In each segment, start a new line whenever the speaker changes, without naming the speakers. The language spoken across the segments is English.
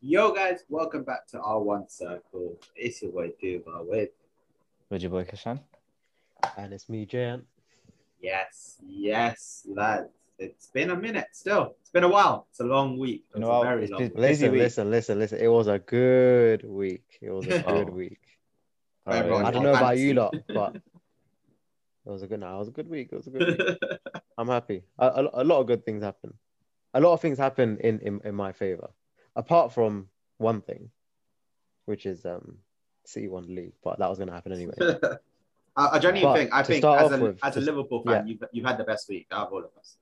Yo, guys, welcome back to R1 Circle. It's your boy Duva with.
With your boy Kishan.
And it's me, Jan.
Yes, yes, lads. It's been a minute still. It's been a while. It's a long week. It's
Been a
a
while.
very
It's
long
been-
week.
Lazy
Listen,
week.
listen, listen, listen. It was a good week. It was a
Oh.
good week.
Very
Oh,
wrong.
yeah.
I don't know about
Fancy.
you lot, but it was a good night. It was a good week. It was a good week. I'm happy. A, a, a lot of good things happen. A lot of things happen in, in, in my favor, apart from one thing, which is um, City won the league, but that was going to happen anyway.
I, I genuinely
But
think, I
to
think
start
as
off
a,
with,
as a
to-
Liverpool fan, you've, you've had the best week out of all of us.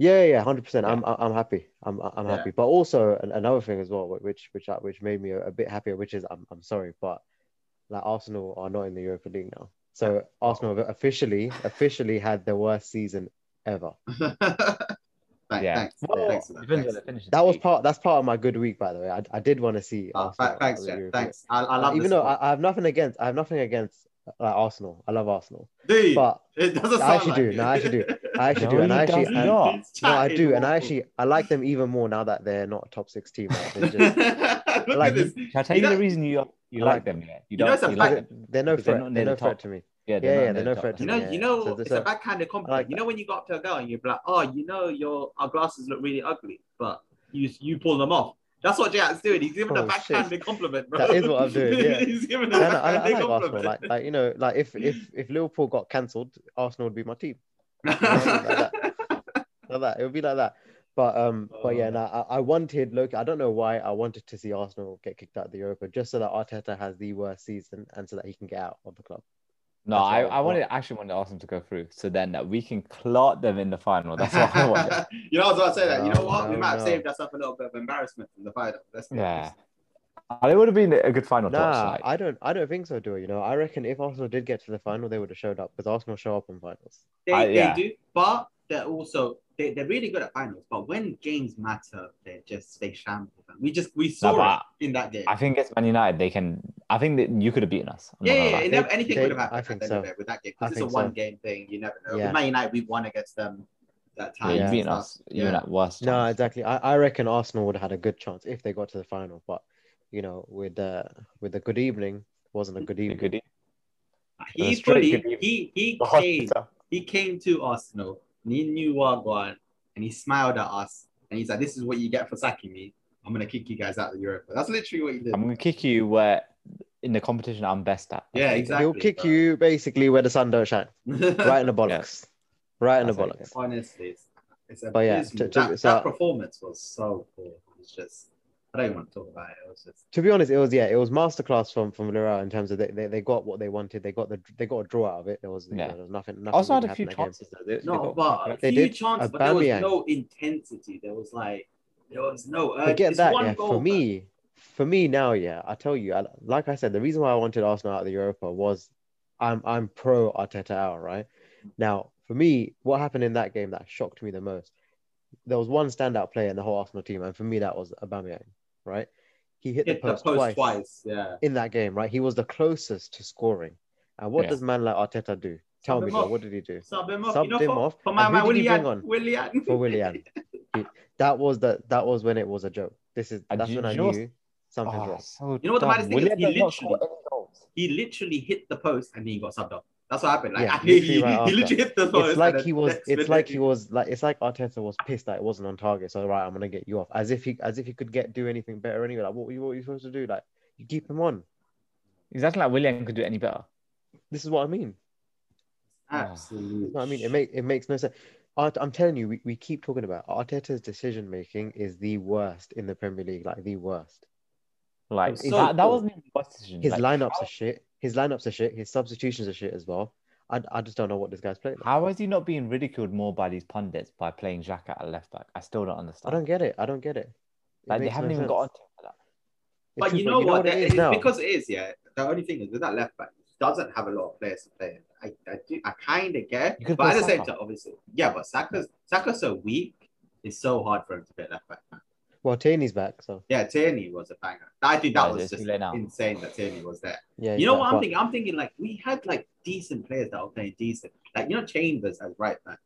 Yeah, yeah, hundred percent. I'm, I'm happy. I'm, I'm
Yeah.
happy. But also an- another thing as well, which, which, uh, which made me a, a bit happier, which is I'm, I'm sorry, but like Arsenal are not in the Europa League now. So Arsenal have officially, officially had their worst season ever.
Thank-
Yeah.
Thanks.
Well,
thanks for that. Thanks.
That was part. That's part of my good week, by the way. I, I did want to see.
Ah,
Arsenal
th- thanks,
out of the
Jen.
Europa League.
Thanks. I, I love
Even
this
though
sport.
I, I have nothing against, I have nothing against like Arsenal. I love Arsenal,
Dude,
but
it doesn't sound
I actually
like
do.
it.
No, I actually do. I actually
No, he
do, and I actually,
does
I,
not.
It's
no, I
chat
do,
is
and I
awful.
actually, I like them even more now that they're not a top six team. Like, they're just-
Look
like,
at this.
Shall I tell
You
you,
know-
the reason you you
I
like
like-
them? Yeah, you
know
don't.
it's a
you like
fact-
them.
they're no
Because they're
threat.
not near
They're, no
the
threat
top.
to me.
Yeah,
Yeah,
they're
yeah,
not
they're
near
no
the
threat
top.
to
You
me.
know,
Yeah,
you
yeah.
know,
So
it's
this-
a bad kind of compliment.
like
you know, when you go up to a girl and you're like, "Oh, you know, your our glasses look really ugly," but you you pull them off. That's what Jack's doing. He's giving a
Oh, shit.
backhanded compliment, bro.
That is what I'm doing, yeah.
He's giving a
No, no, I, I
backhanded
like Arsenal.
compliment.
Like, like, you know, like if if if Liverpool got cancelled, Arsenal would be my team. like Like that, it would be like that. But um, but yeah,
Oh.
no, I, I wanted look. I don't know why I wanted to see Arsenal get kicked out of the Europa just so that Arteta has the worst season and so that he can get out of the club.
No,
That's
I,
what I
I wanted actually wanted Arsenal to go through, so then that we can clot them in the final. That's what I wanted.
you know, I was about to say that. You know what? we
No,
might have
no.
saved ourselves a little bit of embarrassment from the final. Let's be
yeah,
honest.
Uh, it would have been a good final. to
Nah,
watch, like.
I don't. I don't think so, do I? You know, I reckon if Arsenal did get to the final, they would have showed up because Arsenal show up in finals.
They,
I- yeah.
they do, but they're also they, they're really good at finals. But when games matter, they just they shamble. We just we saw
but
it in that game.
I think against Man United, they can. I think that you could have beaten us. I'm not
Yeah,
gonna
yeah,
lie.
it never, anything
They-
would have happened
I
at the
think
end of
so.
it with that game
I
because it's a
think so.
one game thing. You never know.
Yeah.
With Man United, we won against them that
Yeah,
time.
you
and
beaten
stuff.
us. Even at worst.
No,
chance.
exactly. I, I reckon Arsenal would have had a good chance if they got to the final, but you know, with uh, with the good evening wasn't a good
You
evening.
could-
He
Straight
fully
could
he
be-
he came he came to Arsenal. And he knew what going, and he smiled at us, and he's like, "This is what you get for sacking me. I'm gonna kick you guys out of Europe." That's literally what he did.
I'm gonna kick you where in the competition I'm best at.
yeah, exactly.
He'll kick
bro.
you basically where the sun don't shine, right in the bollocks, right in the
That's
bollocks.
Honestly, it's, it's
But yeah,
abysmal.
to- to-
that,
so-
that performance was so poor. It's just I don't even want to talk about it. It was just
To be honest, it was yeah, it was masterclass from from Villarreal in terms of they, they, they got what they wanted. They got the they got a draw out of it. There was, you
Yeah.
know, there was nothing. nothing
also had
really
a few
happened in that
chances
game.
though. They- they
No,
got-
but a
They
few
did.
chances, but there was
Aubameyang.
no intensity. There was like there was no urgency.
Forget
It's
that.
one
Yeah,
goal,
for
man.
me, for me now, yeah, I tell you, I, like I said, the reason why I wanted Arsenal out of the Europa was I'm I'm pro Arteta out, right? Now, for me, what happened in that game that shocked me the most, there was one standout player in the whole Arsenal team, and for me, that was Aubameyang, right? He hit,
hit
the post,
twice.
twice,
Yeah,
in that game, right? He was the closest to scoring. And what
Yeah.
does man like Arteta do? Tell
Sub
me,
him
Joe,
off.
what did he do?
subbed him off.
Subbed
you know,
him
for,
off.
for my
And
man
who did he
Willian.
bring on?
Willian.
for Willian. He- that was the that was when it was a joke. This is
And
that's
you-
when I
you know-
knew something's
Oh,
wrong.
so
You know what the
dumb.
maddest thing is?
Willian
He
does not score
literally-
any goals.
He literally hit the post and he got subbed off. That's what happened. Like
Yeah,
he,
literally right
he
after.
literally hit the post.
It's like
and
he
the
was.
next
It's like he
minute-
was like. It's like Arteta was pissed that it wasn't on target. So right, I'm gonna get you off. As if he, as if he could get do anything better anyway. Like what, were you- what were you supposed to do? Like you keep him on.
Exactly like William could do any better.
This is what I mean.
absolutely.
You know what I mean, it makes it makes no sense. Art, I'm telling you, we, we keep talking about Arteta's decision making is the worst in the Premier League. Like the worst.
Like
so
that, that
poor.
wasn't even my decision.
His
like,
lineups are shit. His lineups are shit. His substitutions are shit as well. I, I just don't know what this guy's playing.
How is he not being ridiculed more by these pundits by playing Xhaka at left back? I still don't
I
understand.
don't get it. I don't get it. It
like, they
makes
haven't
no
even
sense.
got onto him for that.
It's
But
true,
you know what?
it
That-
is
it's
now?
because it is, yeah. The only thing is with that left back, he doesn't have a lot of players to play. I, I do, I kind of get,
You
it,
could
but at
play
the same
Saka.
time, obviously, yeah. But Saka's Saka's so weak, it's so hard for him to play left back.
well, Tierney's back, so
Yeah, Tierney was a banger. I think that
Yeah,
was
it's
just
too late now.
insane that Tierney was there.
yeah.
You
he's
know
back,
what
but
I'm thinking? I'm thinking like we had like decent players that were playing decent. Like you know Chambers as right back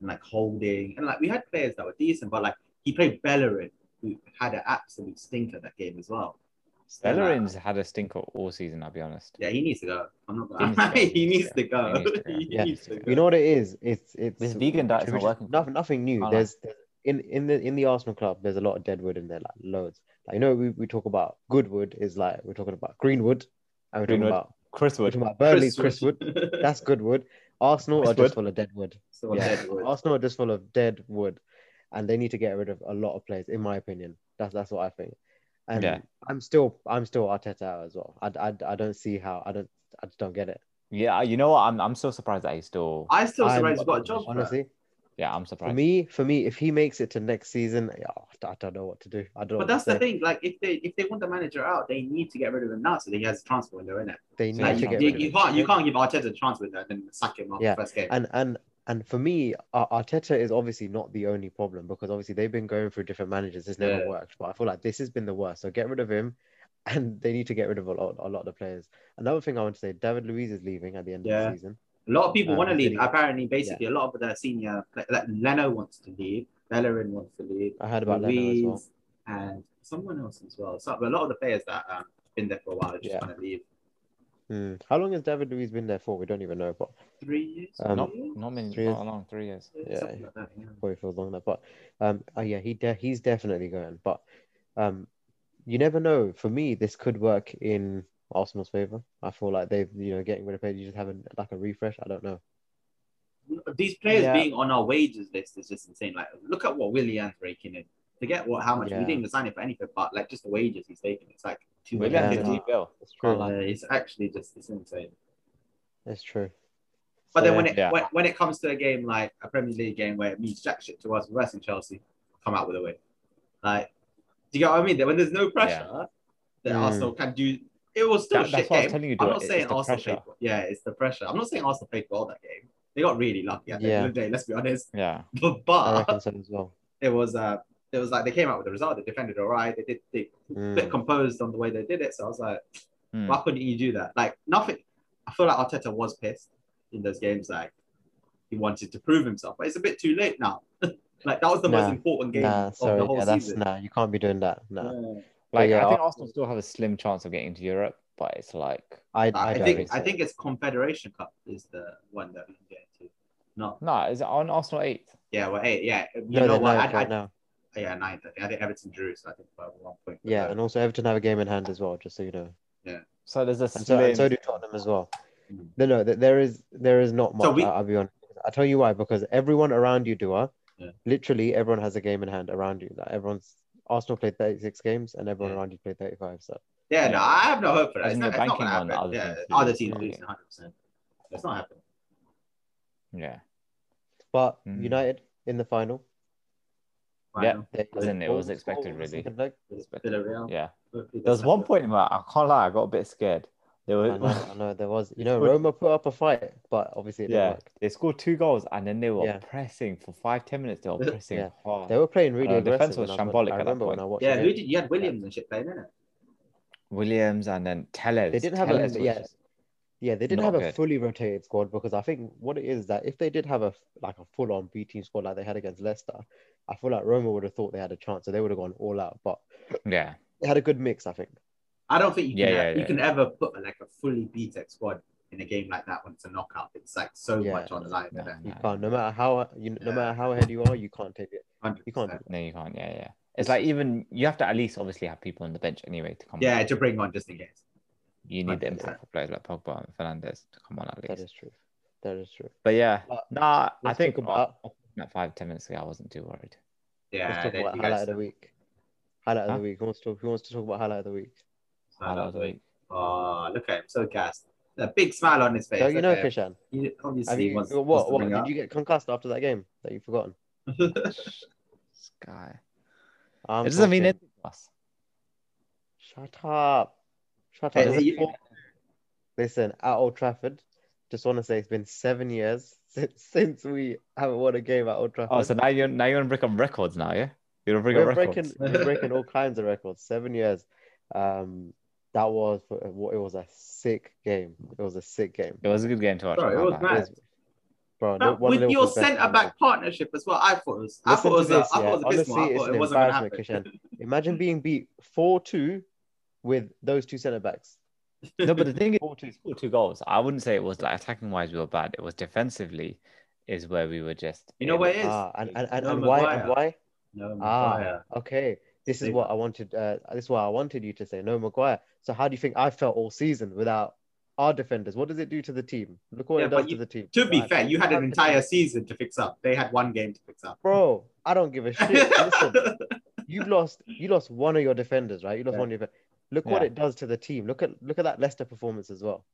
and like holding and like we had players that were decent, but like he played Bellerin who had an absolute stinker that game as well.
Bellerin's had a stinker all season. I'll be honest.
Yeah, he needs to go. I'm not
He
gonna.
needs to go.
He needs to go.
He needs to go.
He
Yeah.
needs to go.
You know what it is? It's it's
This vegan diet's not
Which-
working.
Nothing, nothing new.
Can't lie.
There's in in the in the Arsenal club. There's a lot of dead wood in there, like loads. Like you know, we, we talk about Goodwood is like we're talking about Greenwood, and we're talking
Greenwood.
about
Chris
we're
Wood.
talking about Burnley, Chris Wood. That's good wood. Arsenal are
Chris
just
Wood.
full of dead wood.
so
yeah.
dead wood.
Arsenal are just full of dead wood, and they need to get rid of a lot of players, in my opinion. That's that's what I think. And
Yeah.
I'm still I'm still Arteta out as well. I, I, I don't see how I don't I just don't get it.
Yeah, you know what? I'm I'm so surprised that he's still.
I still
I'm-
surprised he's got a job. bro.
honestly.
Yeah, I'm
For
surprised.
me, for me, if he makes it to next season, yeah, I don't know what to do. I don't. know
But
what to
that's the
say.
thing. Like, if they if they want the manager out, they need to get rid of him now, so that he has a transfer window in it.
They
So
need
Like,
to
you,
get
you,
rid of
you
him.
can't you can't give Arteta a transfer window and then sack him after
Yeah.
the first game.
And and and for me, Ar- Arteta is obviously not the only problem because obviously they've been going through different managers. It's never
Yeah.
worked, but I feel like this has been the worst. So get rid of him, and they need to get rid of a lot, a lot of the players. Another thing I want to say: David Luiz is leaving at the end of
Yeah.
the season.
a lot of people
Um,
want to leave.
really-
Apparently, basically, a lot of the senior like, like Leno wants to leave, Bellerin wants to leave,
I heard about Leno as well.
Ruiz, and someone else as well. So, but a lot of the players that um been there for a while are just
Yeah.
want to leave.
Hmm. How long has David Luiz been there for? We don't even know, but
Three years,
Um,
four
not
years?
not many,
Three years.
not long, three years.
Yeah,
yeah.
something like that, yeah.
probably feels long enough. But um, oh yeah, he de- he's definitely going. But um, you never know. For me, this could work in Arsenal's favor. I feel like they've you know getting rid of players. You just haven't like a refresh. I don't know.
These players
Yeah.
being on our wages list is just insane. Like, look at what Willian's raking in. Forget what how much
Yeah.
we didn't even sign him for anything, but like just the wages he's taking, it's like two
William
million
Yeah.
did
fifty.
really well.
It's true.
Uh, it's actually just it's insane.
It's true.
But then when
Yeah.
it
Yeah.
when, when it comes to a game like a Premier League game where it means jack shit to us, worse than Chelsea, come out with a win. Like, do you get what I mean? That When there's no pressure, then
Mm.
Arsenal can do. It was still
That-
a
that's
shit
what I was
game.
telling you,
I'm
Dua,
not
it-
saying
it's the
Arsenal
pressure.
played. well- Yeah, it's the pressure. I'm not saying Arsenal played well that game. They got really lucky at the end of the day. Let's be honest.
yeah,
But,
I
but
reckon so as well.
it was uh, it was like they came out with the result. They defended all right. They did they
Mm.
bit composed on the way they did it. So I was like,
Hmm.
why couldn't you do that? Like nothing. I feel like Arteta was pissed in those games. Like he wanted to prove himself, but it's a bit too late now. like that was the most
Nah.
important game
Nah,
of
sorry.
the whole
Yeah, that's
season.
nah. You can't be doing that. Nah.
Yeah.
Like
yeah,
I think
Arsenal-
Arsenal still have a slim chance of getting to Europe, but it's like
I, I,
I,
don't
think
think so.
I think it's Confederation Cup is the one that we can get to. No,
no, is it on Arsenal eighth?
yeah, well, hey, yeah, you
no,
know
they're
what?
ninth
I, I,
right now.
yeah, ninth. I think, I think Everton drew, so I think by one point.
Yeah, and also Everton have a game in hand as well. Just so you know.
So there's a
and so,
slim.
and so do Tottenham as well.
Mm.
No, no, th- there is there is not much.
So we-
I, will be honest. I tell you why because everyone around you, Dua,
Yeah.
literally everyone has a game in hand around you. Like everyone's Arsenal played thirty six games and everyone
Yeah.
around you played thirty five. So
yeah, no, I have no hope for that. It's
Isn't
not,
it
it's not gonna
banking on
happen.
other
yeah,
teams to
other
lose?
teams
Yeah.
losing 100. percent It's not happening.
yeah,
but
Mm.
United in the final,
Right
Yeah.
now.
they,
Wasn't it? It
all
was
the
expected,
score on the
really.
second leg.
It's Villarreal.
yeah.
Hopefully
There was
that's
one
not-
point where I can't lie, I got a bit scared. There
I know,
was
I know there was. You know,
Good.
Roma put up a fight, but obviously it didn't
yeah,
work.
they scored two goals and then they were
Yeah.
pressing for five ten minutes. They were pressing
Yeah.
hard.
They were playing really
Uh, defense
aggressive.
was
and I-
shambolic at
I
that
remember when
point.
I watched.
Yeah,
it.
who did you had Williams and shit playing in it?
Williams and then Tellez.
They didn't have a-
Tellez was
yeah.
just-
Yeah, they didn't
Not
have a
good.
fully rotated squad because I think what it is that if they did have a f- like a full on B team squad like they had against Leicester, I feel like Roma would have thought they had a chance, so they would have gone all out. But
yeah,
they had a good mix, I think.
I don't think you can
Yeah, yeah,
you
yeah.
can ever put like a fully B Tech squad in a game like that when it's a knockout. It's like so
Yeah.
much on the line.
no,
isn't it?
You
no,
can't, no matter how you, no
Yeah.
matter how ahead you are, you can't take it.
100%.
You can't.
no, you can't. Yeah, yeah. It's like even you have to at least obviously have people on the bench anyway to come.
Yeah,
on.
to bring on just in case.
you need the
100%.
impactful players like Pogba and Fernandez to come on at
That
least.
is true. That is true.
But yeah,
But
nah, I
let's
think
talk about-
uh, that five ten minutes ago, I wasn't too worried.
Let's
Yeah,
talk
they-
about
you
highlight
guys-
of the week. Highlight of
Huh?
the week. Who wants to who wants to talk about highlight of the week?
Ah,
Highlight of the week.
Oh, look at him, so gassed. A big smile on his face.
So you know,
okay.
Kishan,
He obviously
have you
wants,
what
wants to
what
bring
did
up.
you get concussed after that game that you've forgotten?
This guy.
I'm
it doesn't mean
talking-
anything to us.
Shut up. Shut
Hey,
up. There's a
you-
four- Listen, at Old Trafford, just want to say it's been seven years since, since we haven't won a game at Old Trafford.
Oh, so now you're now you're gonna break up records now, yeah? You're gonna break
we're
up records.
breaking, we're breaking all kinds of records. Seven years. Um, that was what it was a sick game. It was a sick game.
It was a good game to watch.
Bro, it
I
was
like
mad.
bro.
But
one of
with your
Liverpool's best
centre
players.
back partnership as well, I thought it was. I
Listen
thought it was.
to
A,
this,
I thought it was a
yeah.
business. I
Honestly, it's
thought
an
it wasn't gonna
embarrassment,
happen.
Imagine being beat 4 2 with those two centre backs.
No, but the thing is, four two, scored two goals. I wouldn't say it was like attacking wise we were bad. It was defensively, is where we were just.
You know what it is?
Ah, and and, and,
No,
and why?
Maguire.
And why?
no,
Ah,
Maguire.
okay. This is
Save
what I wanted. Uh, this is what I wanted you to say. No Maguire. So how do you think I felt all season without our defenders? What does it do to the team? Look what
Yeah,
it does
but
to
you-
the team.
To be
Right,
fair, you had an
I'm-
entire season to fix up. They had one game to fix up.
bro. I don't give a shit. Listen, you've lost. You lost one of your defenders, right? You lost
Yeah.
one of your. Look what
Yeah.
it does to the team. Look at look at that Leicester performance as well.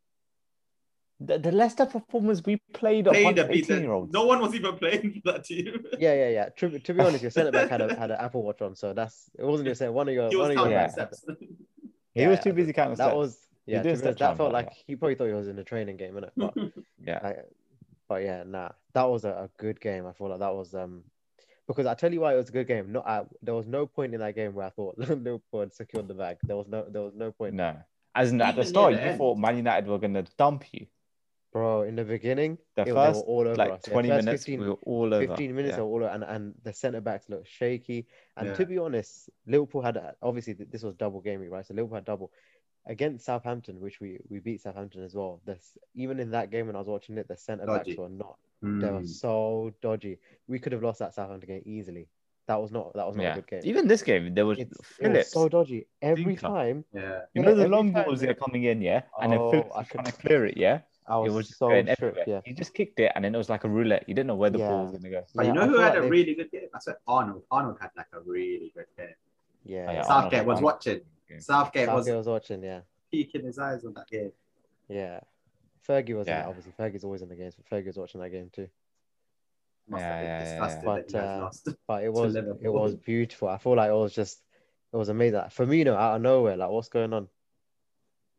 The, the Leicester performance we played
Played
on
a bit- uh,
18 year olds.
No one was even playing for that team.
Yeah, yeah, yeah. To, to be honest, your centre back had a had an Apple Watch on, so that's it wasn't your centre. One of your
He
one
was
of your
counting
Yeah.
steps.
He
Yeah,
was too busy counting
that
steps.
was yeah.
did
To be
step
honest,
down,
that
but
felt like he probably thought he was in a training game, innit? But
yeah.
But yeah, nah, that was a, a good game. I feel like that was um because I tell you why it was a good game. Not I, there was no point in that game where I thought Liverpool had secured the bag. There was no there was no point.
No. As in, at
Even
the
near
start,
the
you
end.
thought Man United were going to dump you.
Bro, in the beginning,
The
it- they
first,
were all over
like
us. Yeah,
20
first
minutes,
15,
we were all over.
15 minutes
Yeah.
are all and, and the centre backs looked shaky. And
Yeah.
to be honest, Liverpool had obviously th- this was double game week, right? So Liverpool had double against Southampton, which we we beat Southampton as well. This even in that game when I was watching it, the centre backs
Dodgy.
were not They were
Mm.
so dodgy. We could have lost that Southampton game easily. That was not that was not
Yeah.
a good game.
Even this game, there was
It's, it was
Phillips.
so dodgy every
Dinker.
time.
Yeah.
you know
yeah,
the
every
long
time
balls
they-
that are coming in, yeah, and then
Oh,
Phillips
I
was
could-
trying to clear it, yeah.
I was,
it was just
so
going
tripped.
everywhere.
Yeah,
He just kicked it, and then it was like a roulette. You didn't know where the ball was going to go.
But
Yeah,
you know
I
who
feel
had
like
a
they-
really good game? I said Arnold. Arnold had like a really good game.
yeah.
Oh, yeah,
Southgate
Arnold-
was
Arnold-
watching. Southgate was
Southgate was watching. Yeah,
peeking his eyes on that game.
yeah. Fergie was in it,
Yeah.
obviously. Fergie's always in the games, but Fergie was watching that game too.
Must
Yeah, yeah, yeah, yeah.
have been disgusted
But,
that
uh,
you guys lost.
But it was it
Liverpool.
was beautiful. I feel like it was just it was amazing. Like, Firmino out of nowhere, like what's going on?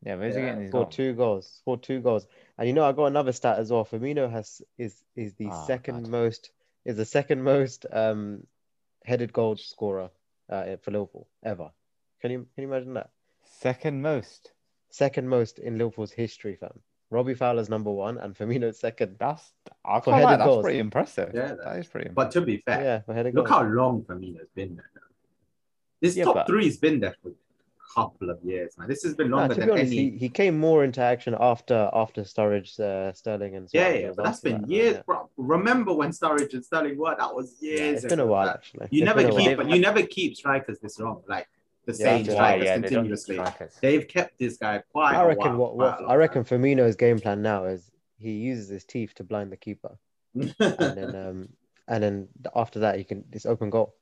Yeah, where's
Yeah,
he getting these
Scored
goals?
two goals. Scored two goals. And you know, I got another stat as well. Firmino has is is the
Ah,
Oh,
second
God.
most is the second most um headed goal scorer uh, for Liverpool ever. Can you can you imagine that?
Second most.
Second most in Liverpool's history, fam. Robbie Fowler's number one and Firmino's second.
That's I
For
can't lie,
headed
that's
goals.
pretty impressive.
Yeah,
that is pretty.
But
Impressive.
to be fair,
Yeah, for headed
look
goals.
how long Firmino's been there. now. This
Yeah,
top
but-
three's been there for a couple of years, man. This has been
Nah,
longer
to
than
be honest,
any.
he, he came more into action after after Sturridge, uh, Sterling, and
Yeah,
Suarez. It
yeah,
was
but that's
after
been
that,
years,
yeah.
bro. Remember when Sturridge and Sterling were? That was
Yeah,
years.
it's been a
ago,
while
man.
actually.
You
It's
never
been a while.
keep, you never keep strikers this long, like the
Yeah,
same
that's why,
strikers
yeah, they don't
continuously.
strike us.
They've kept this guy quite.
I
a
reckon
while,
what,
quite
what
a
I
long
reckon Firmino's game plan now is he uses his teeth to blind the keeper,
time.
and then um, and then after that he can it's open goal.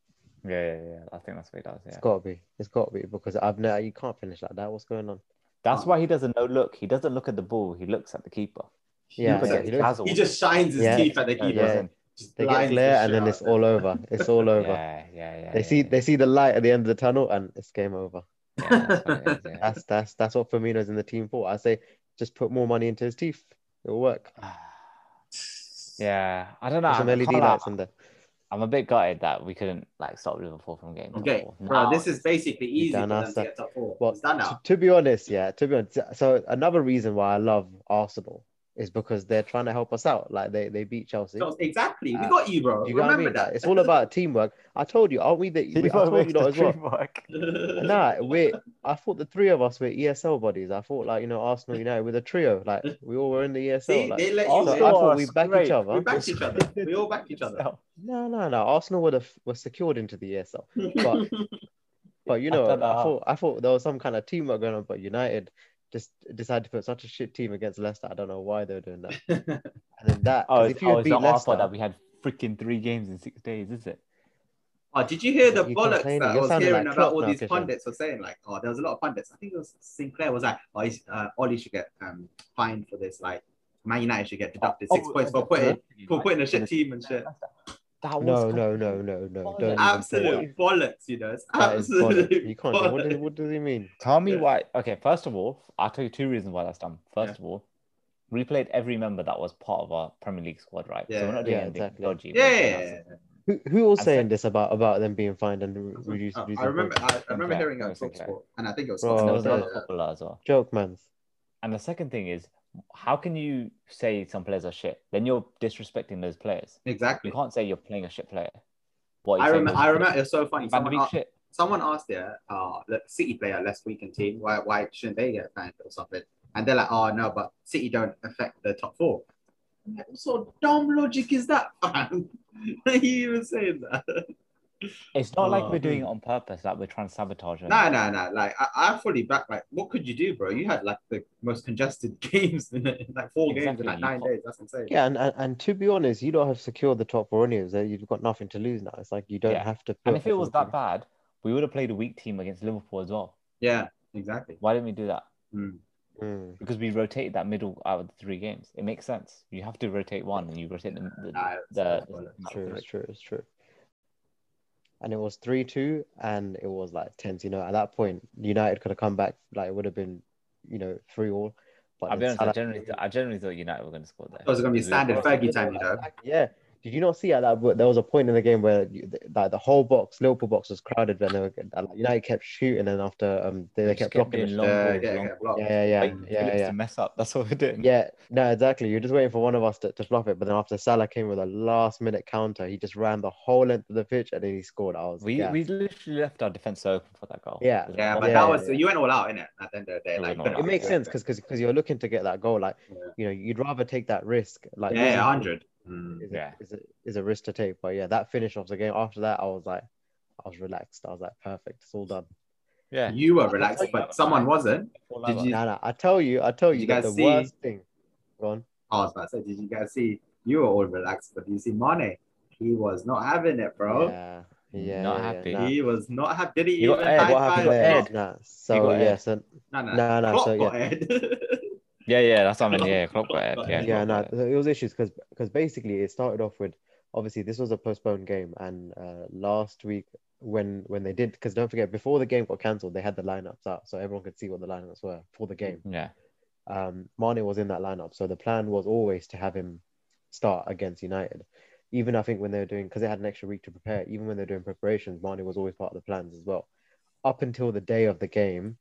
Yeah, yeah, yeah. I think that's what he does.
It's
Yeah.
got to be. It's got to be because I've never you can't finish like that. What's going on?
That's why he doesn't no look. He doesn't look at the ball. He looks at the keeper.
Yeah,
Because
yeah,
it-
he looks-
dazzled.
he just shines his
Yeah.
teeth at the
Yeah,
keeper.
he doesn't.
Just
They
blinds
get
the
glare and
shit
then
out
it's
of them.
all over. It's all over.
Yeah, yeah, yeah.
They see they see the light at the end of the tunnel and it's game over.
Yeah, that's what it is, yeah.
That's that's that's what Firmino's in the team for. I say just put more money into his teeth. It'll work.
yeah, I don't know.
Put some
I can't
LED
lie,
lights in there.
I'm a bit gutted that we couldn't like stop Liverpool from getting top
Okay,
four.
bro,
Now-
this is basically easy for
done
them
us
to
that.
get top four.
Well,
it's done
to,
now.
to be honest, yeah, to be honest. So another reason why I love Arsenal is because they're trying to help us out. Like they, they beat Chelsea.
So,
Do
exactly, we
Uh,
got you, bro.
you know what I
Remember
mean?
that.
It's all about teamwork. I told you, aren't we? That we, I told you lot as well. Nah, we. I thought the three of us were ESL buddies. I thought like you know Arsenal United with a trio. Like we all were in the ESL.
See,
like,
they let you.
so I
Arsenal
in.
thought
are
we back
great.
each other.
We backed each other. We all backed each other.
No, no, no. Arsenal would have were secured into the ESL. But but you
I
know, I,
don't know how.
thought I thought there was some kind of teamwork going on, but United just decided to put such a shit team against Leicester. I don't know why they were doing that. and then that
Oh,
'cause
it's,
if you had
oh, it's
beat
not our fault
Leicester,
that we had freaking three games in six days, is it?
Oh, did you hear the
You
bollocks
complaining.
that I
You're
was
sounding
hearing
like
about
Klopp
all
now,
these
Kishan.
pundits were saying? Like, oh, there was a lot of pundits. I think it was Sinclair was like, oh, he's, uh, Ollie should get um, fined for this. Like, Man United should get deducted
Oh,
Oh,
six points for putting for putting a shit team and shit.
That was
no, no, no, no, no,
Bollocks.
don't. Absolutely.
Absolute bollocks, you know. It's
That is bollocks.
absolute.
You can't. Do, what,
bollocks.
does, what does he mean?
Tell me
Yeah.
why. Okay, first of all, I'll tell you two reasons why that's done. First of all, we played every member that was part of our Premier League squad, right? So
Yeah.
we're not doing
Yeah,
anything
exactly.
dodgy. We're doing
Yeah.
us.
Who who was
I'm
saying this about about them being fined and re-
Uh,
reduced? reducing
I remember.
points?
I, I remember
Sinclair,
hearing it on
Sinclair.
Talksport, and I think it was.
Bro,
And there
Oh,
was
that-
another
Foxsport.
footballer as well.
joke, man.
And the second thing is, how can you say some players are shit? Then you're disrespecting those players.
Exactly.
You can't say you're playing a shit player. What
I
you're saying
remember.
is
I remember. It's so funny.
Van de
Someone,
Beek's
a-
shit.
someone asked there, uh, the City player less weekend team. Why, why shouldn't they get banned or something? And they're like, oh no, but City don't affect the top four. I'm like, What sort of dumb logic is that, fam? Why are you even saying that?
It's not like
Oh,
we're doing it on purpose. Like we're trying to sabotage. them.
No, no, no. Like I, I fully back. Like, what could you do, bro? You had like the most congested games in, in like four games in
Exactly,
like
you
nine
can't-
days. That's insane.
Yeah, and, and, and to be honest, you don't have secured the top four anyways. so You've got nothing to lose now. It's like you don't
Yeah.
have to. Put
And if it was
effort in.
that bad, we would have played a weak team against Liverpool as well.
Yeah, exactly.
Why didn't we do that?
Mm.
Mm.
Because we rotated that middle out of the three games. It makes sense. You have to rotate one, and you rotate the. the,
Nah, it's-
the,
it's bollocks.
the-
True, it's true, it's true. And it was 3 2, and it was like tense. You know, at that point, United could have come back, like it would have been, you know, 3 all. But
I'll be
then
honest. I
Salah-
generally, th- I generally thought United were going to score there.
It was gonna be
Because we
standard
were close.
Fergie time, you know.
Yeah. Did you not see at that? But there was a point in the game where you, like the whole box, Liverpool box, was crowded. When they were and, like, United kept shooting, and after um they, they
just
kept
kept
blocking.
doing
it.
long
Uh,
balls,
yeah,
long-
yeah, block.
Yeah, yeah,
Wait,
yeah,
Phillips
yeah.
to mess up. That's what we're doing.
Yeah, no, exactly. You're just waiting for one of us to, to flop it. But then after Salah came with a last minute counter, he just ran the whole length of the pitch and then he scored. I was
We
yeah.
we literally left our defense open for that goal.
Yeah.
There's
Yeah,
one
but
Yeah,
that
goal.
was you went all out in it at the end of the day.
We
Like
went all
couldn't
out.
it makes
argue
sense
with
because because you're looking to get that goal. Like,
Yeah.
you know, you'd rather take that risk. Like,
Yeah,
losing
yeah, hundred. Mm.
Is,
Yeah.
a, is, a, is a risk to take. But yeah, that finish off the game. After that, I was like, I was relaxed. I was like, perfect. It's all done.
Yeah.
You were relaxed, but someone wasn't. Did you-
No, no, I tell you, I tell
Did
you,
you
that the
guys see-
worst thing. Go on.
I was about to say, did you guys see? You were all relaxed, but you see Mane, he was not having it, bro.
Yeah. Yeah.
Not
yeah,
happy.
yeah, nah.
He was not happy. Did he
You got
even
aired.
high
What happened
five
there?
Klopp?
Nah. So
got
yeah, so
No, no,
No, no,
Klopp
so,
got aired.
Yeah, yeah, that's what I mean. Yeah,
Klopp
Klopp got aired.
got
Yeah,
aired.
yeah,
Klopp
no,
got aired.
th- it was issues because because basically it started off with obviously this was a postponed game, and uh, last week when when they did because don't forget before the game got cancelled they had the lineups out so everyone could see what the lineups were for the game.
Yeah,
Um, Mane was in that lineup, so the plan was always to have him start against United. Even I think when they were doing because they had an extra week to prepare, even when they were doing preparations, Mane was always part of the plans as well. Up until the day of the game,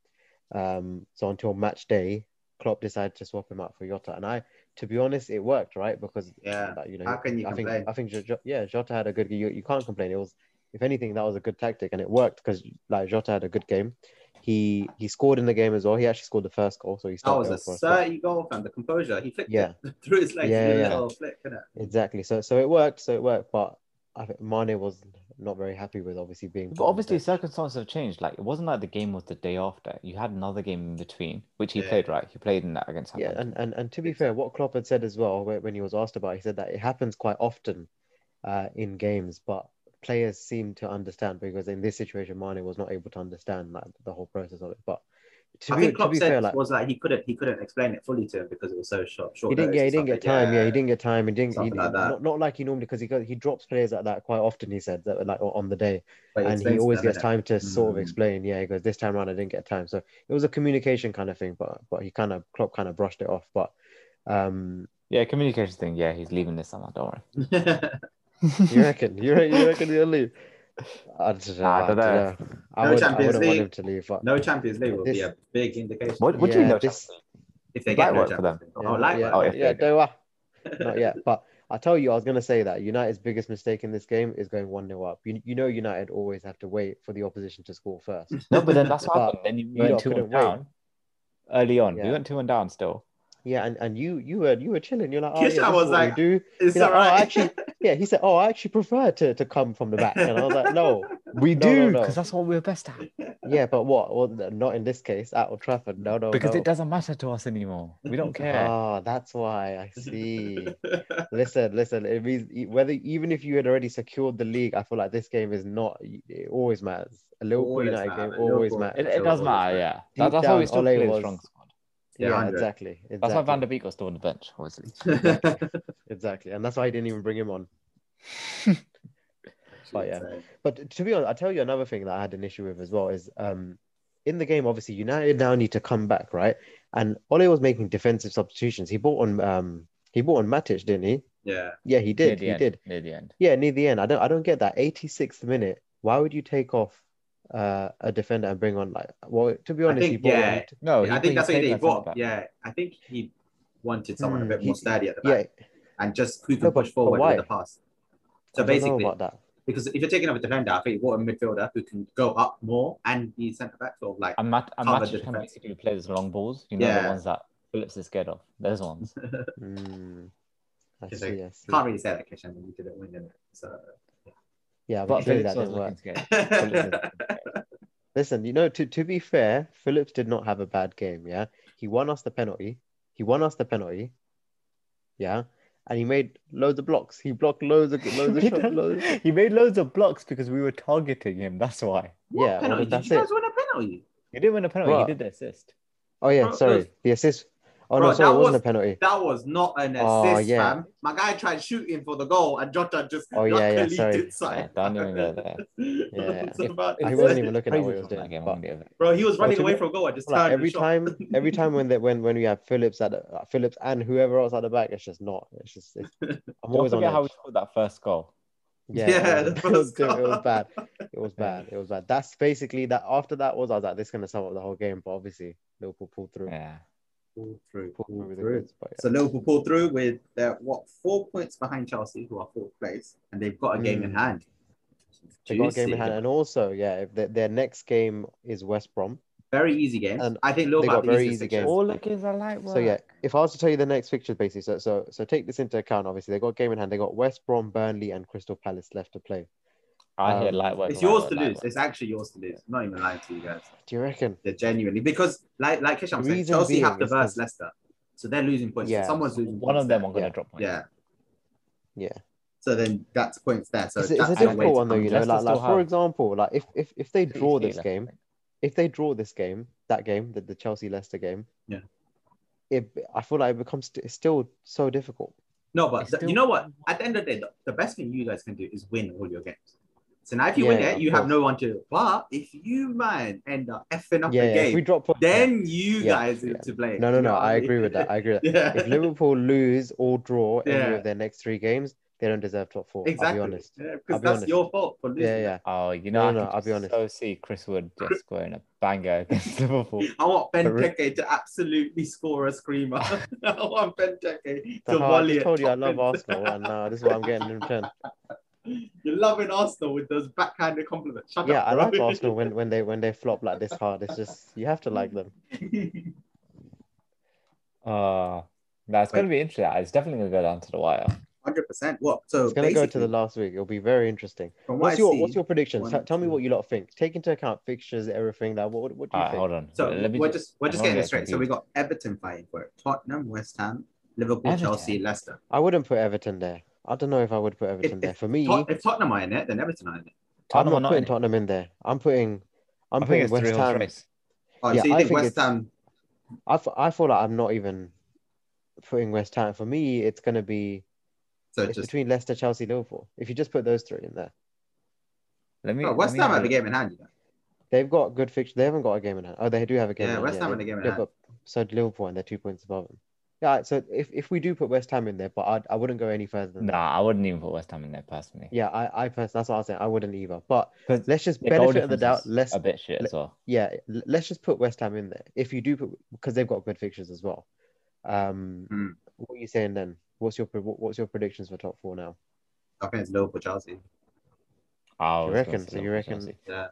um, so until match day, Klopp decided to swap him out for Jota, and I, to be honest, it worked right because
Yeah.
like, you know,
How can you
I think
complain?
I think Jo- Jo- yeah, Jota had a good. You, you can't complain. It was, if anything, that was a good tactic, and it worked because like Jota had a good game. He he scored in the game as well. He actually scored the first goal, so he
That
started.
was a
off for us, but-
thirty goal fan. The composure, he flicked
Yeah.
it through his legs.
Yeah,
Yeah,
yeah.
little flick, innit?
Exactly. So so it worked. So it worked, but I think Mane was not very happy with obviously being.
but
put on the
obviously
bench.
circumstances have changed. Like it wasn't like the game was the day after. You had another game in between, which he
Yeah.
played right. He played in that against.
Yeah,
Southampton.
and, and and to be fair, what Klopp had said as well wh- when he was asked about, it, he said that it happens quite often uh, in games, but players seem to understand because in this situation, Mane was not able to understand like the whole process of it. But to
I
be,
think
to
Klopp
be
said
fair, like
was like he couldn't he couldn't explain it fully to him because it was so short. short
he didn't,
notice
yeah, he
and
didn't
stuff
get
like-
time. Yeah, he didn't get time. He didn't. He,
Something like that.
not, not like he normally because he got, he drops players like that quite often. He said that like on the day.
But
and he
explains to
always
them,
gets
innit?
time to sort
Mm.
of explain. Yeah, he goes, this time around I didn't get time, so it was a communication kind of thing. But but he kind of Klopp kind of brushed it off. But um,
yeah, communication thing. Yeah, he's leaving this summer. Don't worry.
you reckon you, re- you reckon he'll leave? I don't know.
Nah, uh, I
I,
don't
don't know. I,
No
would, I
Champions
wouldn't want
League.
him to leave. But
no Champions League would be
This-
a big indication
what what do you
Yeah,
know?
this-
Chelsea?
if they get
Light
no
work for
Champions League.
yeah,
Oh, like
yeah,
Oh,
work.
if
yeah,
they do.
don't worry. not yet. But I tell you, I was gonna say that United's biggest mistake in this game is going one 0 up. You, you know, United always have to wait for the opposition to score first.
No, but then that's what
But
happened. Then you
you
went
lot
two one
couldn't wait.
down. Early on, we
Yeah.
went two one down still.
Yeah, and, and you you were you were chilling. You're like, oh, yeah,
Kishan
this is
was
what we
like,
do.
It's
He's like,
all
oh,
right.
actually, yeah, he said, oh, I actually prefer to, to come from the back. And I was like, no,
We
No,
do
no,
because
no.
that's what we're best at.
yeah, but what? Well, th- not in this case, at Old Trafford. No, no,
because
no.
it doesn't matter to us anymore. We don't care.
Ah, that's why I see. listen, listen. It means e- whether even if you had already secured the league, I feel like this game is not. It always matters. A Liverpool
Always
United
matter,
game always
Liverpool.
matters.
it, it
Sure,
does
always
matter.
matter.
Yeah,
Deep
That- that's why we
down,
still
Ole
play the
was-
strong squad.
Yeah,
Yeah,
100.
exactly. exactly.
That's why Van der Beek got still on the bench, obviously.
Exactly, and that's why he didn't even bring him on. But yeah. But t- to be honest, I tell you another thing that I had an issue with as well is um in the game, obviously United now need to come back, right? And Ole was making defensive substitutions. He bought on um he bought on Matic, didn't he?
Yeah.
Yeah, he
near
did.
the
He
end,
did.
near the end.
Yeah, near the end. I don't I don't get that. 86th minute. Why would you take off uh a defender and bring on like well to be honest,
think,
he bought on-
yeah,
No,
I think that's what
what
he did. He bought. Yeah, I think he wanted someone a
Hmm,
bit
he-
more sturdy at the
Yeah,
back and just who
No,
can
but-
push
but
forward
why?
with the pass.
so
So
I basically,
basically,
about that.
because if you're taking up a defender, I think you want a midfielder who can go up more and be centre back, sort of like
And Mat- and
Cover
Matic
the
can
defense.
basically play those long balls. You know the
Yeah.
ones that Phillips is scared of. Those ones.
Mm, I
Just
see, I see.
can't really say that Kishan when you didn't win it. So
Yeah, but
But
clearly
Phillips
that
was
didn't work.
looking scared.
Listen, you know, to, to be fair, Phillips did not have a bad game. Yeah, he won us the penalty. He won us the penalty. Yeah, and he made loads of blocks. He blocked loads of loads of
He
shots.
done-
Loads of...
he made loads of blocks because we were targeting him. That's why
what
Yeah, well,
penalty?
that's
Did you guys
it.
win a penalty?
he didn't win a penalty.
Bruh.
He did the assist.
Oh yeah,
Bro,
sorry,
those-
the assist. Oh
Bro,
no, sorry,
that
it wasn't
was-
a penalty.
That was not an assist,
Oh, yeah.
fam. My guy tried shooting for the goal, and Jota just
Oh, yeah, yeah,
luckily
sorry.
did
Yeah,
something.
don't even go there.
Yeah.
It's about-
I
If-
wasn't
if-
even looking at what he was
Praises on
doing,
that game,
but-
I won't give it.
Bro, he was running
to
away
be-
from goal. I just
Like,
turned
every
and shot.
time, every time when that when when we have Phillips at the- uh, Phillips and whoever else at the back, it's just not. It's just it's, I'm
Don't
always on
forget how we
edge.
scored that first goal.
Yeah,
Yeah,
it, was,
the
it, was,
first
it was
goal.
bad. It was bad. It was bad. That's basically that. After that was, I was like, this is gonna sum up the whole game. But obviously, Liverpool pulled through.
Yeah.
Pull through, pull
Pulled through with the
through.
goods. But yeah.
So Liverpool pulled through with their what four points behind Chelsea, who are fourth place, and they've got a game in
Mm.
hand.
they got a game
Juicy.
in hand, and also, yeah, if their, their next game is West Brom.
Very easy game.
And
I think
they
Liverpool
got
have the
very
easiest
easy
fixtures.
games. Oh
All the kids are like.
So yeah, if I was to tell you the next fixture, basically, so so so take this into account. Obviously, they got a game in hand. They got West Brom, Burnley, and Crystal Palace left to play.
I hear
Um,
light work.
It's
light
yours
work,
to
light
lose.
work.
It's actually yours to lose. I'm not even lying to you guys.
Do you reckon?
They're genuinely because, like, like Kisham
The
said,
reason
Chelsea have
being
to
is
verse
'cause-
Leicester, so they're losing points.
Yeah.
someone's losing.
One
points
of them
there.
are going
Yeah.
to drop points.
Yeah.
Yeah.
So then that's points there. So
it's, a- it's
that's
a
no way to
difficult one though,
come
you
to-
know.
Leicester
Like, like
still
for
have-
example, like if if if they draw
50
this
left, I
game,
think.
if they draw this game, that game, the, the Chelsea Leicester game,
Yeah.
it I feel like it becomes st- it's still so difficult.
No, but
It's
th- you
still-
know what? At the end of the day, the, the best thing you guys can do is win all your games. So now, if you
Yeah,
win
yeah,
it,
of
you have
course.
no one to. But if you man end up effing up
yeah,
the
yeah, if
game,
we drop points,
then you
Yeah,
guys
yeah.
are to blame.
no, no,
You know
no,
what
I
mean?
agree with that. I agree. With that. If
yeah,
Liverpool lose or draw any
Yeah.
of their next three games, they don't deserve top four.
exactly.
I'll be honest.
Yeah,
I'll
because
be
that's
honest.
your fault for losing.
Yeah, yeah.
Oh, you know,
No, no,
I can
I'll be honest.
so see Chris Wood just scoring a banger against Liverpool.
I want Ben
But re-
Teke to absolutely score a screamer. I want Ben Teke to
So how- I
volley
just
it.
told you I
top
love
in.
Arsenal, and uh, this is what I'm getting in return.
You're loving Arsenal with those backhanded compliments. Shut
Yeah,
up,
I
bro.
like Arsenal when, when they when they flop like this hard. It's just you have to like them.
Uh, no, it's going to be interesting. It's definitely going to go down to the wire.
Hundred percent. What? So
It's gonna go to the
basically,
last week. It'll be very interesting.
from what
What's
I
your
see-
what's your predictions?
one,
T- tell me
two.
what you lot think. Take into account fixtures, everything. That what what do
All
you
right,
think?
hold on.
So
Let me
we're
ju-
just we're just
I'm gonna
getting it
get
straight. So we got Everton fighting for it. Tottenham, West Ham, Liverpool,
Everton?
Chelsea, Leicester.
I wouldn't put Everton there. I don't know if I would put Everton there. For me,
Tot- if Tottenham are in it, then Everton are in it.
I'm
Tottenham are
not
not in
putting
it.
Tottenham in there. I'm putting I'm
I think
putting
it's three
West
horse
Ham.
race.
Oh,
Yeah,
so you
I
think,
think
West
it's-
Ham?
I, f- I feel like I'm not even putting West Ham. For me, it's gonna be
So
it's
just
between Leicester, Chelsea, Liverpool. If you just put those three in there,
Let me.
oh, West
let me
Ham
have
have
a-
the game in hand. You know?
they've got good fixture. They haven't got a game in hand. Oh, they do have a game.
Yeah,
in hand.
West Ham
they-
have a game in
yeah,
hand.
but so do Liverpool, and they're two points above them. Yeah, so if, if we do put West Ham in there, but I I wouldn't go any further than that.
Nah, I wouldn't even put West Ham in there personally.
Yeah, I, I personally, that's what I was saying. I wouldn't either. But
'Cause
let's just
the goal
benefit of the
difference
doubt.
is
Let's
a bit shit as well.
yeah, l- let's just put West Ham in there. If you do put, because they've got good fixtures as well. Um,
Hmm.
what are you saying then? What's your pre- what- what's your predictions for top four now?
I think it's Liverpool, Chelsea.
Oh,
You reckon? So you reckon
Yeah,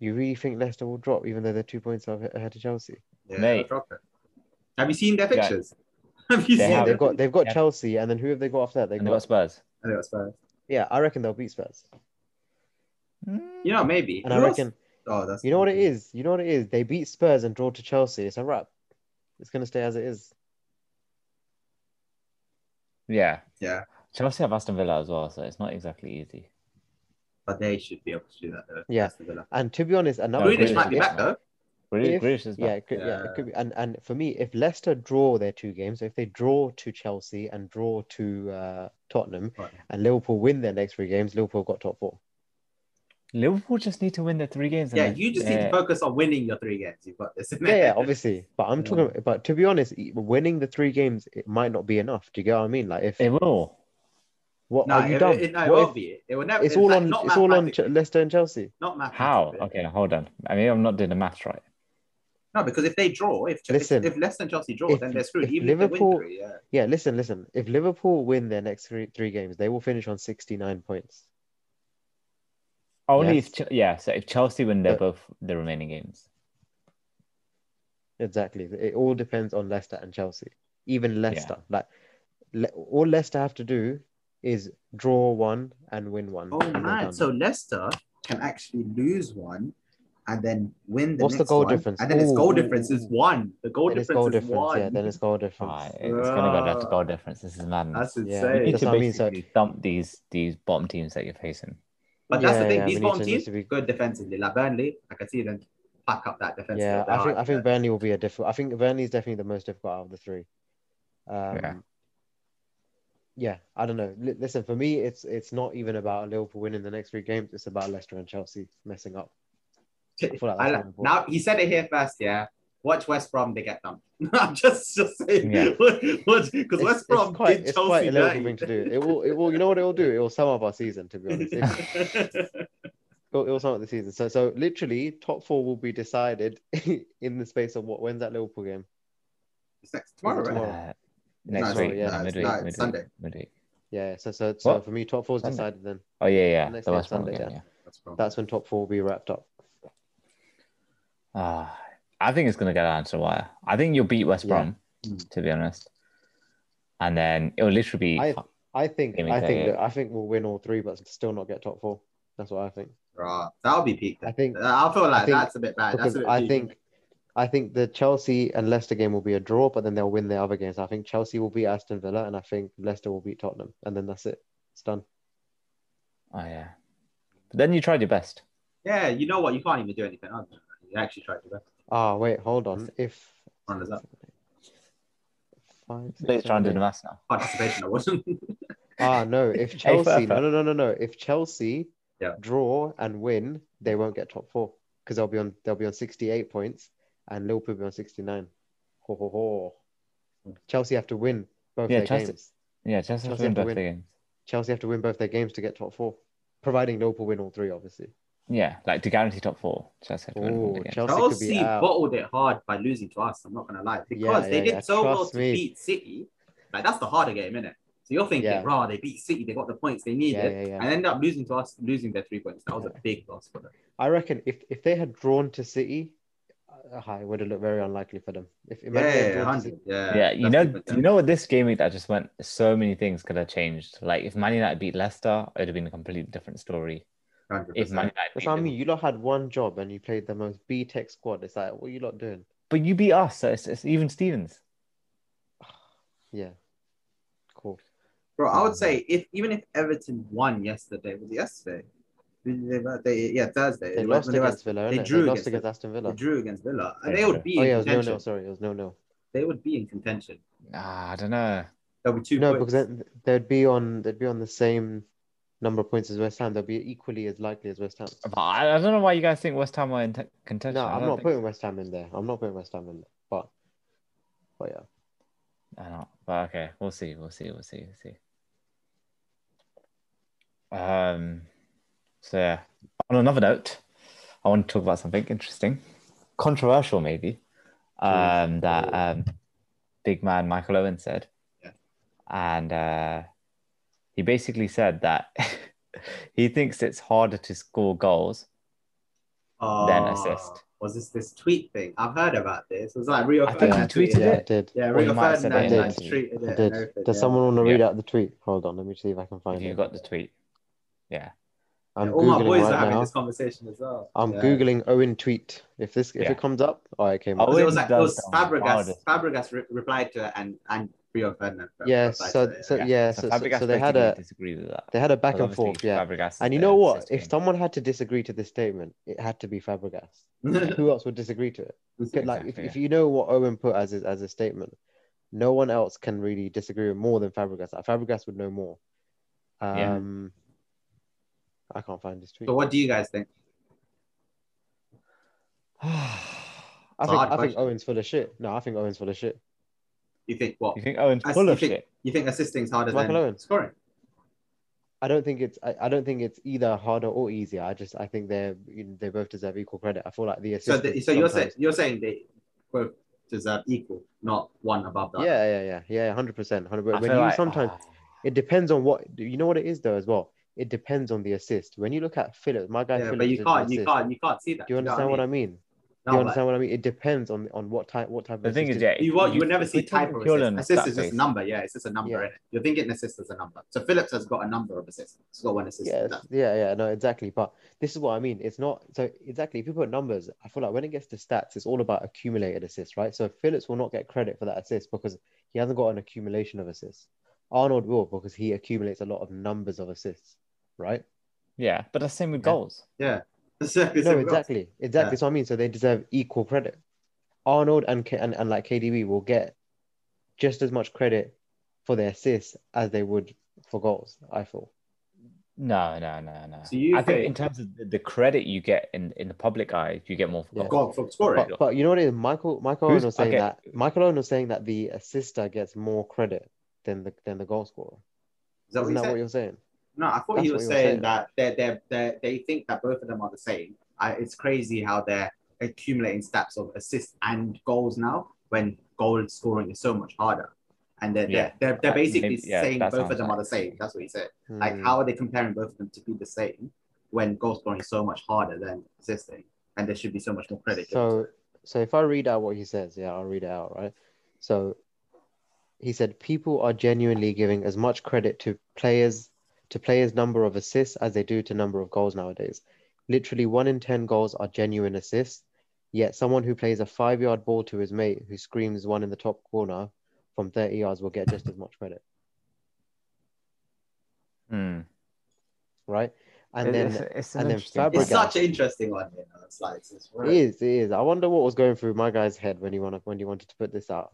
you really think Leicester will drop, even though they're two points ahe- ahead of Chelsea?
yeah.
Mate.
they'll drop it. Have you seen their
Yeah.
pictures? Have you
They
seen?
Yeah,
have.
their
they've got they've got
Yeah.
Chelsea, and then who have they got after that? They
And they got
got
Spurs.
I think that's fair.
yeah, I reckon they'll beat Spurs,
Mm,
You know, maybe.
and
Who
I
else-
reckon
Oh, that's.
you know what it is. You know what it is. They beat Spurs and draw to Chelsea. It's a wrap. It's gonna stay as it is.
Yeah.
Yeah.
Chelsea have Aston Villa as well, so it's not exactly easy.
But they should be able to do that. Though.
Yeah.
Aston Villa.
And to be honest, another
No,
Greenish
Grealish
might be
is
back
back.
though.
Grealish,
If-
Grealish is
Yeah,
back.
it could, yeah.
Yeah.
it could be. And and for me, if Leicester draw their two games, so if they draw to Chelsea and draw to uh, Tottenham,
Right.
and Liverpool win their next three games, Liverpool got top four.
Liverpool just need to win the three games. and
Yeah,
then
you just need to
they're-
focus on winning your three games. You've got this.
Yeah, yeah, obviously. But I'm
Yeah.
talking. But to be honest, e- winning the three games it might not be enough. Do you get what I mean? Like if
It will.
what
No,
are you
it,
done?
it, no, it
What
won't
if-
be. It will never.
It's
in
all
fact,
on.
Not
It's all on Ch-
mathematically.
Leicester and Chelsea.
Not mathematically.
How? Okay, hold on. I mean, I'm not doing the maths right.
No, because if they draw, if
Listen,
if, if Leicester and Chelsea draw,
if-
then they're screwed.
if
Even
Liverpool-
if they win three, yeah.
Yeah, listen, listen. If Liverpool win their next three, three games, they will finish on 69 points.
Only
Yeah.
if Ch- yeah, so if Chelsea win, they're
Yeah.
both the remaining games.
Exactly. It all depends on Leicester and Chelsea. Even Leicester. Like le- all Leicester have to do is draw one and win one.
Oh
and they're
man!
done.
So Leicester can actually lose one and then win the
What's the
next
goal
one,
difference?
And then its
Ooh,
goal
ooh,
difference
ooh,
is
ooh.
one. The goal
then it's
difference
goal
is
difference.
one.
Yeah, then it's goal difference.
Ah, it's gonna go down to
Bruh.
goal difference. This is madness.
that's insane.
Yeah,
You need
That's
to
what I mean, so-
basically dump these these bottom teams that you're facing.
but that's the
Yeah,
thing.
yeah,
These
we need
bottom
to-
teams
need to be-
good defensively. Like Burnley, I can see them pack up that defense.
yeah,
They're
I think I
hard.
think Burnley will be a difficult. I think Burnley is definitely the most difficult out of the three. Um,
Yeah.
yeah. I don't know. Li- listen, for me, it's it's not even about Liverpool winning the next three games. It's about Leicester and Chelsea messing up. I feel like
I
that's
like-
more important.
now he said it here first. Yeah, watch West Brom. They get dumped. I'm just just saying.
Yeah.
Because
It's-
West
it's
Brom
quite,
did
it's
Chelsea
quite a Liverpool
dirty.
thing to do. It will, it will. You know what it will do? It will sum up our season. To be honest, it will, it will sum up the season. So, so literally, top four will be decided in the space of what? When's that Liverpool game?
It's next tomorrow,
Tomorrow.
right?
Uh, next
tomorrow,
week,
yeah.
no,
No, it's-
midweek,
no, it's
midweek,
Sunday.
midweek.
Yeah. So, so, so
What?
for me, top four is
Sunday.
decided then.
Oh yeah, yeah,
Next
the
day,
West Brom
Sunday,
game.
yeah.
Yeah.
West Brom.
That's when top four will be wrapped up.
Ah, I think it's gonna get down to the wire. I think you'll beat West
Yeah.
Brom,
Mm.
to be honest, and then it'll literally be.
I- I think
Game
I
day,
think
yeah.
that I think we'll win all three, but still not get top four. That's what I think.
Right. That'll be peak. Uh,
I think
I feel like
think-
that's a bit bad. That's
because
a bit
I
peak.
think I think the Chelsea and Leicester game will be a draw, but then they'll win their other games. I think Chelsea will beat Aston Villa, and I think Leicester will beat Tottenham, and then that's it. It's done.
Oh yeah, but then you tried your best.
Yeah, you know what? You can't even do anything. aren't You You actually tried your best.
Ah, wait, hold on. If
Runners up.
five, six,
Let's try and do
seven,
the
eight-
maths now.
Participation, I wasn't.
ah no, if
Hey,
Chelsea no
Furfer.
no no no no if Chelsea
Yeah.
draw and win, they won't get top four because they'll be on they'll be on sixty eight points, and Liverpool will be on sixty nine. Ho ho ho! Chelsea have to win both
Yeah,
their
Chelsea-
games.
Yeah, just have
Chelsea
to win
have to
both
win.
the games.
Chelsea have to win both their games to get top four, providing Liverpool win all three, obviously.
Yeah, like to guarantee top four. Chelsea have to win all
Oh,
the games.
Chelsea, could
Chelsea
be out.
bottled it hard by losing to us. I'm not gonna lie, because
Yeah,
they
yeah,
did
yeah.
so well
Trust
to
me.
beat City. Like that's the harder game, isn't it? So you're thinking,
Yeah.
rah, they beat City, they got the points they needed,
Yeah, yeah, yeah.
and end up losing to us, losing their three points. That was a big loss for them.
I reckon if, if they had drawn to City, uh, it would have looked very unlikely for them. If imagine they had
Yeah,
drawn to City-
100. yeah,
yeah, you
that's
know,
different
you know what? This game week that just went, so many things could have changed. Like if Man United beat Leicester, it'd have been a completely different story.
than 100%.
If Man United,
that's
beat
what I
Liverpool.
mean. You lot had one job and you played the most B Tech squad. It's like, what are you lot doing?
but you beat us. So it's, it's even Stevens.
Yeah, cool.
Bro, I would say if even if Everton won yesterday, was it yesterday? They, they, yeah, Thursday.
They
When
lost
they were-
against Villa.
they
innit?
drew
they
against
lost against Aston
they
Villa.
drew against Villa.
Yeah,
They would
yeah.
be
Oh
in
yeah, it was no
contention.
no. Sorry, it was no no.
They would be in contention.
Ah, I don't know.
They'll be two
No,
points.
because then they'd be on they'd be on the same number of points as West Ham. They'll be equally as likely as West Ham.
But I, I don't know why you guys think West Ham are in te- contention.
No,
I
I'm
don't
not
think-
putting West Ham in there. I'm not putting West Ham in there. But but yeah.
I don't know. But okay, we'll see. We'll see. We'll see. We'll see. Um. So yeah. On another note, I want to talk about something interesting, controversial maybe. Um. That
Ooh.
um, big man Michael Owen said.
Yeah.
And uh, he basically said that he thinks it's harder to score goals. then
Oh,
assist.
Was this this tweet thing? I've heard about this. It was like Rio
I think
Ferdinand.
he tweeted
tweeted
it.
Yeah, I did.
Yeah,
Or
Rio
he might have said
Ferdinand
that in
like,
his
tweeted
I
it.
did.
and everything,
Does
yeah.
someone want to read
Yeah.
out the tweet? Hold on, let me see if I can find
If you
it.
got the tweet.
I'm
All my boys
googling
are
right
having
now.
this conversation as well.
I'm
yeah.
googling Owen tweet. If this if
Yeah.
it comes up, oh, it came
Oh,
up.
'Cause It was
Owen
like it was
does sound
Fabregas.
hardest.
Fabregas re- replied to it, and and Rio Ferdinand.
Yeah,
replied
so
to it,
so
yeah.
yeah, so, so,
Fabregas
so they had
basically
a
disagree with that.
they had a back
Well,
and forth,
obviously,
yeah.
Fabregas is
And you
the
know what?
assist
If
king.
someone had to disagree to this statement, it had to be Fabregas.
yeah.
Who else would disagree to it? Could, like
Exactly,
if, if you know what Owen put as his, as a statement, no one else can really disagree with more than Fabregas. Like, Fabregas would know more.
Yeah.
Um, I can't find this tweet.
So what do you guys think?
I
a
think I
hard
think
question.
Owen's full of shit. No, I think Owen's full of shit.
You think what?
you think Owen's
As-
full
you
of
think-
shit?
You think assisting is harder
Michael
than
Owen.
scoring?
I don't think it's I, I don't think it's either harder or easier. I just I think they're you know, they both deserve equal credit. I feel like the
So,
assist.
the, so you're saying you're saying they both deserve equal, not one above the
Yeah, yeah, yeah, yeah, hundred percent, hundred
I
percent. When
feel
you
like- ah,
sometimes it depends on what you know what it is though as well. It depends on the assist. When you look at Phillips, my guy
other. Yeah,
Phillips
but you
did an
can't, you
assist.
can't, you can't see that.
Do you
know
understand what I mean?
No,
Do you
but
understand what I mean? It depends on on what type what type of
The thing
assist
is,
it-
yeah,
You, won't- you would never
if
see
we take
type of
purely on
assist. Assist is
stat
just a
base,
number. Yeah, it's just a number.
Yeah.
innit? You're thinking assist is a number. So Phillips has got a number of assists. He's got one assist.
Yeah, it's- yeah, yeah, no, exactly. But this is what I mean. It's not so exactly. If you put numbers, I feel like when it gets to stats, it's all about accumulated assists, right? So Phillips will not get credit for that assist because he hasn't got an accumulation of assists. Arnold will because he accumulates a lot of numbers of assists, right?
Yeah, but the same with
Yeah.
goals.
So it's
no,
a-
exactly, exactly. So I mean, so they deserve equal credit. Arnold and, K- and and like KDB will get just as much credit for their assists as they would for goals. I feel.
No, no, no, no.
So you
I think
think-
in terms of the, the credit you get in, in the public eye, you get more for
Yeah.
goals.
God for scoring.
But, but you know what it is? Michael Michael
Who's-
Owen was saying
okay.
that Michael Owen was saying that the assister gets more credit than the than the goal scorer.
Is that what
Isn't
you
that
said?
what you're saying?
No, I thought
That's
you were
what you were
saying
saying.
that they they they they think that both of them are the same. I, it's crazy how they're accumulating stats of assists and goals now when goal scoring is so much harder. And they're,
Yeah.
they're, they're, they're
That-
basically
maybe- yeah,
saying
that
both of
sounds
them are the
right. Mm.
same. That's what you said. Like,
Hmm.
how are they comparing both of them to be the same when goal scoring is so much harder than assisting? And there should be so much more credit. given to
So,
it.
so if I read out what he says, yeah, I'll read it out, right? So, he said people are genuinely giving as much credit to players to players' number of assists as they do to number of goals nowadays. Literally, one in ten goals are genuine assists. Yet, someone who plays a five-yard ball to his mate who screams one in the top corner from thirty yards will get just as much credit,
Hmm.
right? And
It-
then
it's, it's an
and then
interesting
Fabregas-
point.
it's such an interesting one. You know, it's like, it's, it's
it is, it is. I wonder what was going through my guy's head when he wanted when he wanted to put this out.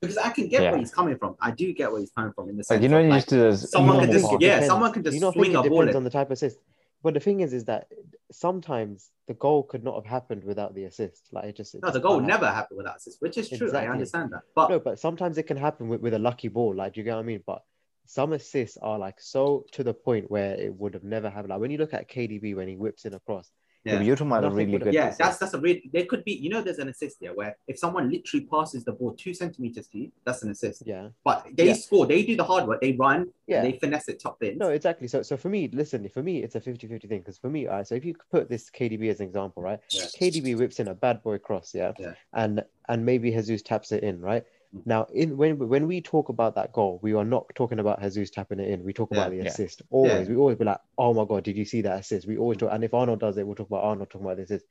because I can get
Yeah.
where he's coming from. I do get where he's coming from in the
Like,
sense.
you know,
of,
you
like,
used to do those
someone
No,
could
but
just
it
yeah,
depends.
someone could just
Do you not
swing
think
a
it
ball.
depends
At,
on the type of assist? But the thing is, is that sometimes the goal could not have happened without the assist. Like it just it
no, the
just
goal
can't
would
happen.
never happened without assist, which is true. I
Exactly.
understand that, but
No, but sometimes it can happen with, with a lucky ball. Like, do you get what I mean? But some assists are like so to the point where it would have never happened. Like when you look at KDB when he whips in across,
Yeah, but you're talking about a
Nothing
really
would-
good.
yeah, that's that's a really there could be you know there's an assist there where if someone literally passes the ball two centimeters to you, that's an assist.
yeah,
But they
Yeah.
score, they do the hard work, they run,
yeah.
and they finesse it top in.
No, exactly. So, so for me, listen, for me, it's a 50 50 thing. Because for me, all right, so if you put this KDB as an example, right?
Yeah.
KDB whips in a bad boy cross, yeah?
Yeah.
And and maybe Jesus taps it in, right?
Mm.
Now, in when when we talk about that goal, we are not talking about Jesus tapping it in. We talk about
Yeah. Mm.
the
Yeah.
assist. Always, we always be like, oh my god, did you see that assist? We always talk, and if Arnold does it, we'll talk about Arnold talking about the assist.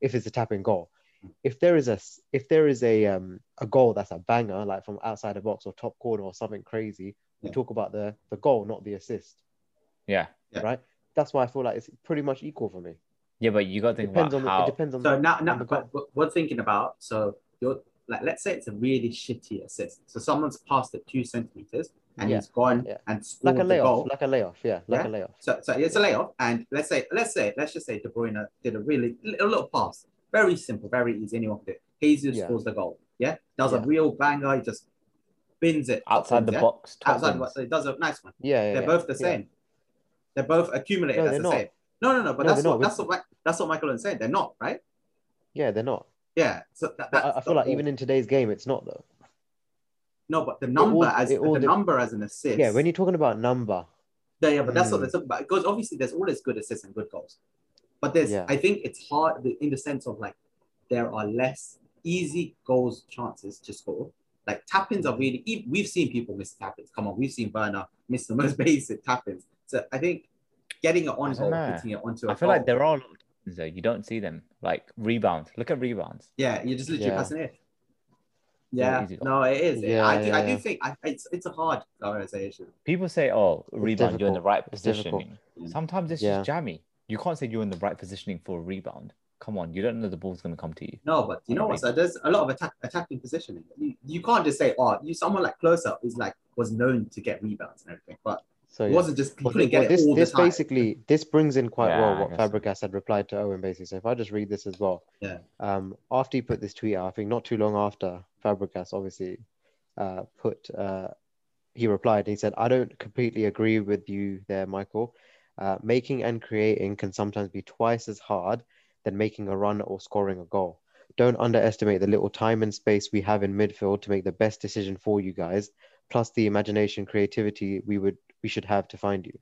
If it's a tapping goal,
Mm.
if there is a s- if there is a um a goal that's a banger, like from outside the box or top corner or something crazy, we
Yeah.
talk about the the goal, not the assist
Yeah,
right? That's why I feel like it's pretty much equal for me.
yeah, but you got to think
depends on
about
the,
how.
it depends on
So
the,
now, now
on the
but,
goal.
but we're thinking about so you're like let's say it's a really shitty assist. So someone's passed it two centimeters and
Yeah.
he's gone
Yeah.
and
like
scored
a
the goal.
layoff, like a layoff, yeah, like a layoff.
So, so it's a layoff, and let's say, let's say, let's just say De Bruyne did a really a little pass, very simple, very easy, anyone could do. it. Jesus
Yeah.
scores the goal. Yeah, does a
Yeah.
real banger. He just bins it
outside the
yeah?
box. top
Outside the
wins.
box, so he does a nice one.
Yeah, yeah
They're
yeah,
both the
yeah.
same. They're both accumulated
No,
as
they're
the
not.
same. No, no, no. But
No,
that's
they're
what
not.
that's what Mi- that's what Michael and said. They're not right.
Yeah, they're not.
Yeah. So that,
But
that's
I, I
the
feel like
whole-
even in today's game, it's not though.
no, but the
all-
number as
it all
the
de-
number as an assist.
Yeah, when you're talking about number,
Yeah, yeah, but that's what
Mm.
they're talking about. Because obviously there's always good assists and good goals. But there's
Yeah.
I think it's hard the- in the sense of like there are less easy goals chances to score. Like tap-ins are really e- we've seen people miss tap-ins. Come on, we've seen Werner miss the most basic tap-ins. So I think getting it
I
on
don't
goal,
know.
putting it onto a
I
goal.
feel like there are a lot of times though you don't see them like rebounds. Look at rebounds.
Yeah, you're just literally
Yeah.
passing it. Yeah,
easy goal.
no, it is.
Yeah,
I do,
yeah,
I do
yeah.
think I, it's it's a hard conversation.
People say, "Oh, rebound, you're in the
difficult.
right
It's
positioning."
difficult.
Sometimes it's
Yeah.
just jammy. You can't say you're in the right positioning for a rebound. Come on, you don't know the ball's going to come to you.
No, but you know what? So there's a lot of attack, attacking positioning. You, you can't just say, oh, you someone like close up is like was known to get rebounds and everything, but
so
it
Oh, yeah.
wasn't just you
Well,
couldn't
well,
get it
this
all
this
the time.
basically this brings in quite
Yeah, I
well what
guess so.
Fabregas had replied to Owen basically. So if I just read this as well,
Yeah.
Um, after he put this tweet out, I think not too long after Fabregas obviously uh, put uh, he replied and he said, "I don't completely agree with you there, Michael. Uh, making and creating can sometimes be twice as hard than making a run or scoring a goal. Don't underestimate the little time and space we have in midfield to make the best decision for you guys, plus the imagination, creativity we would we should have to find you.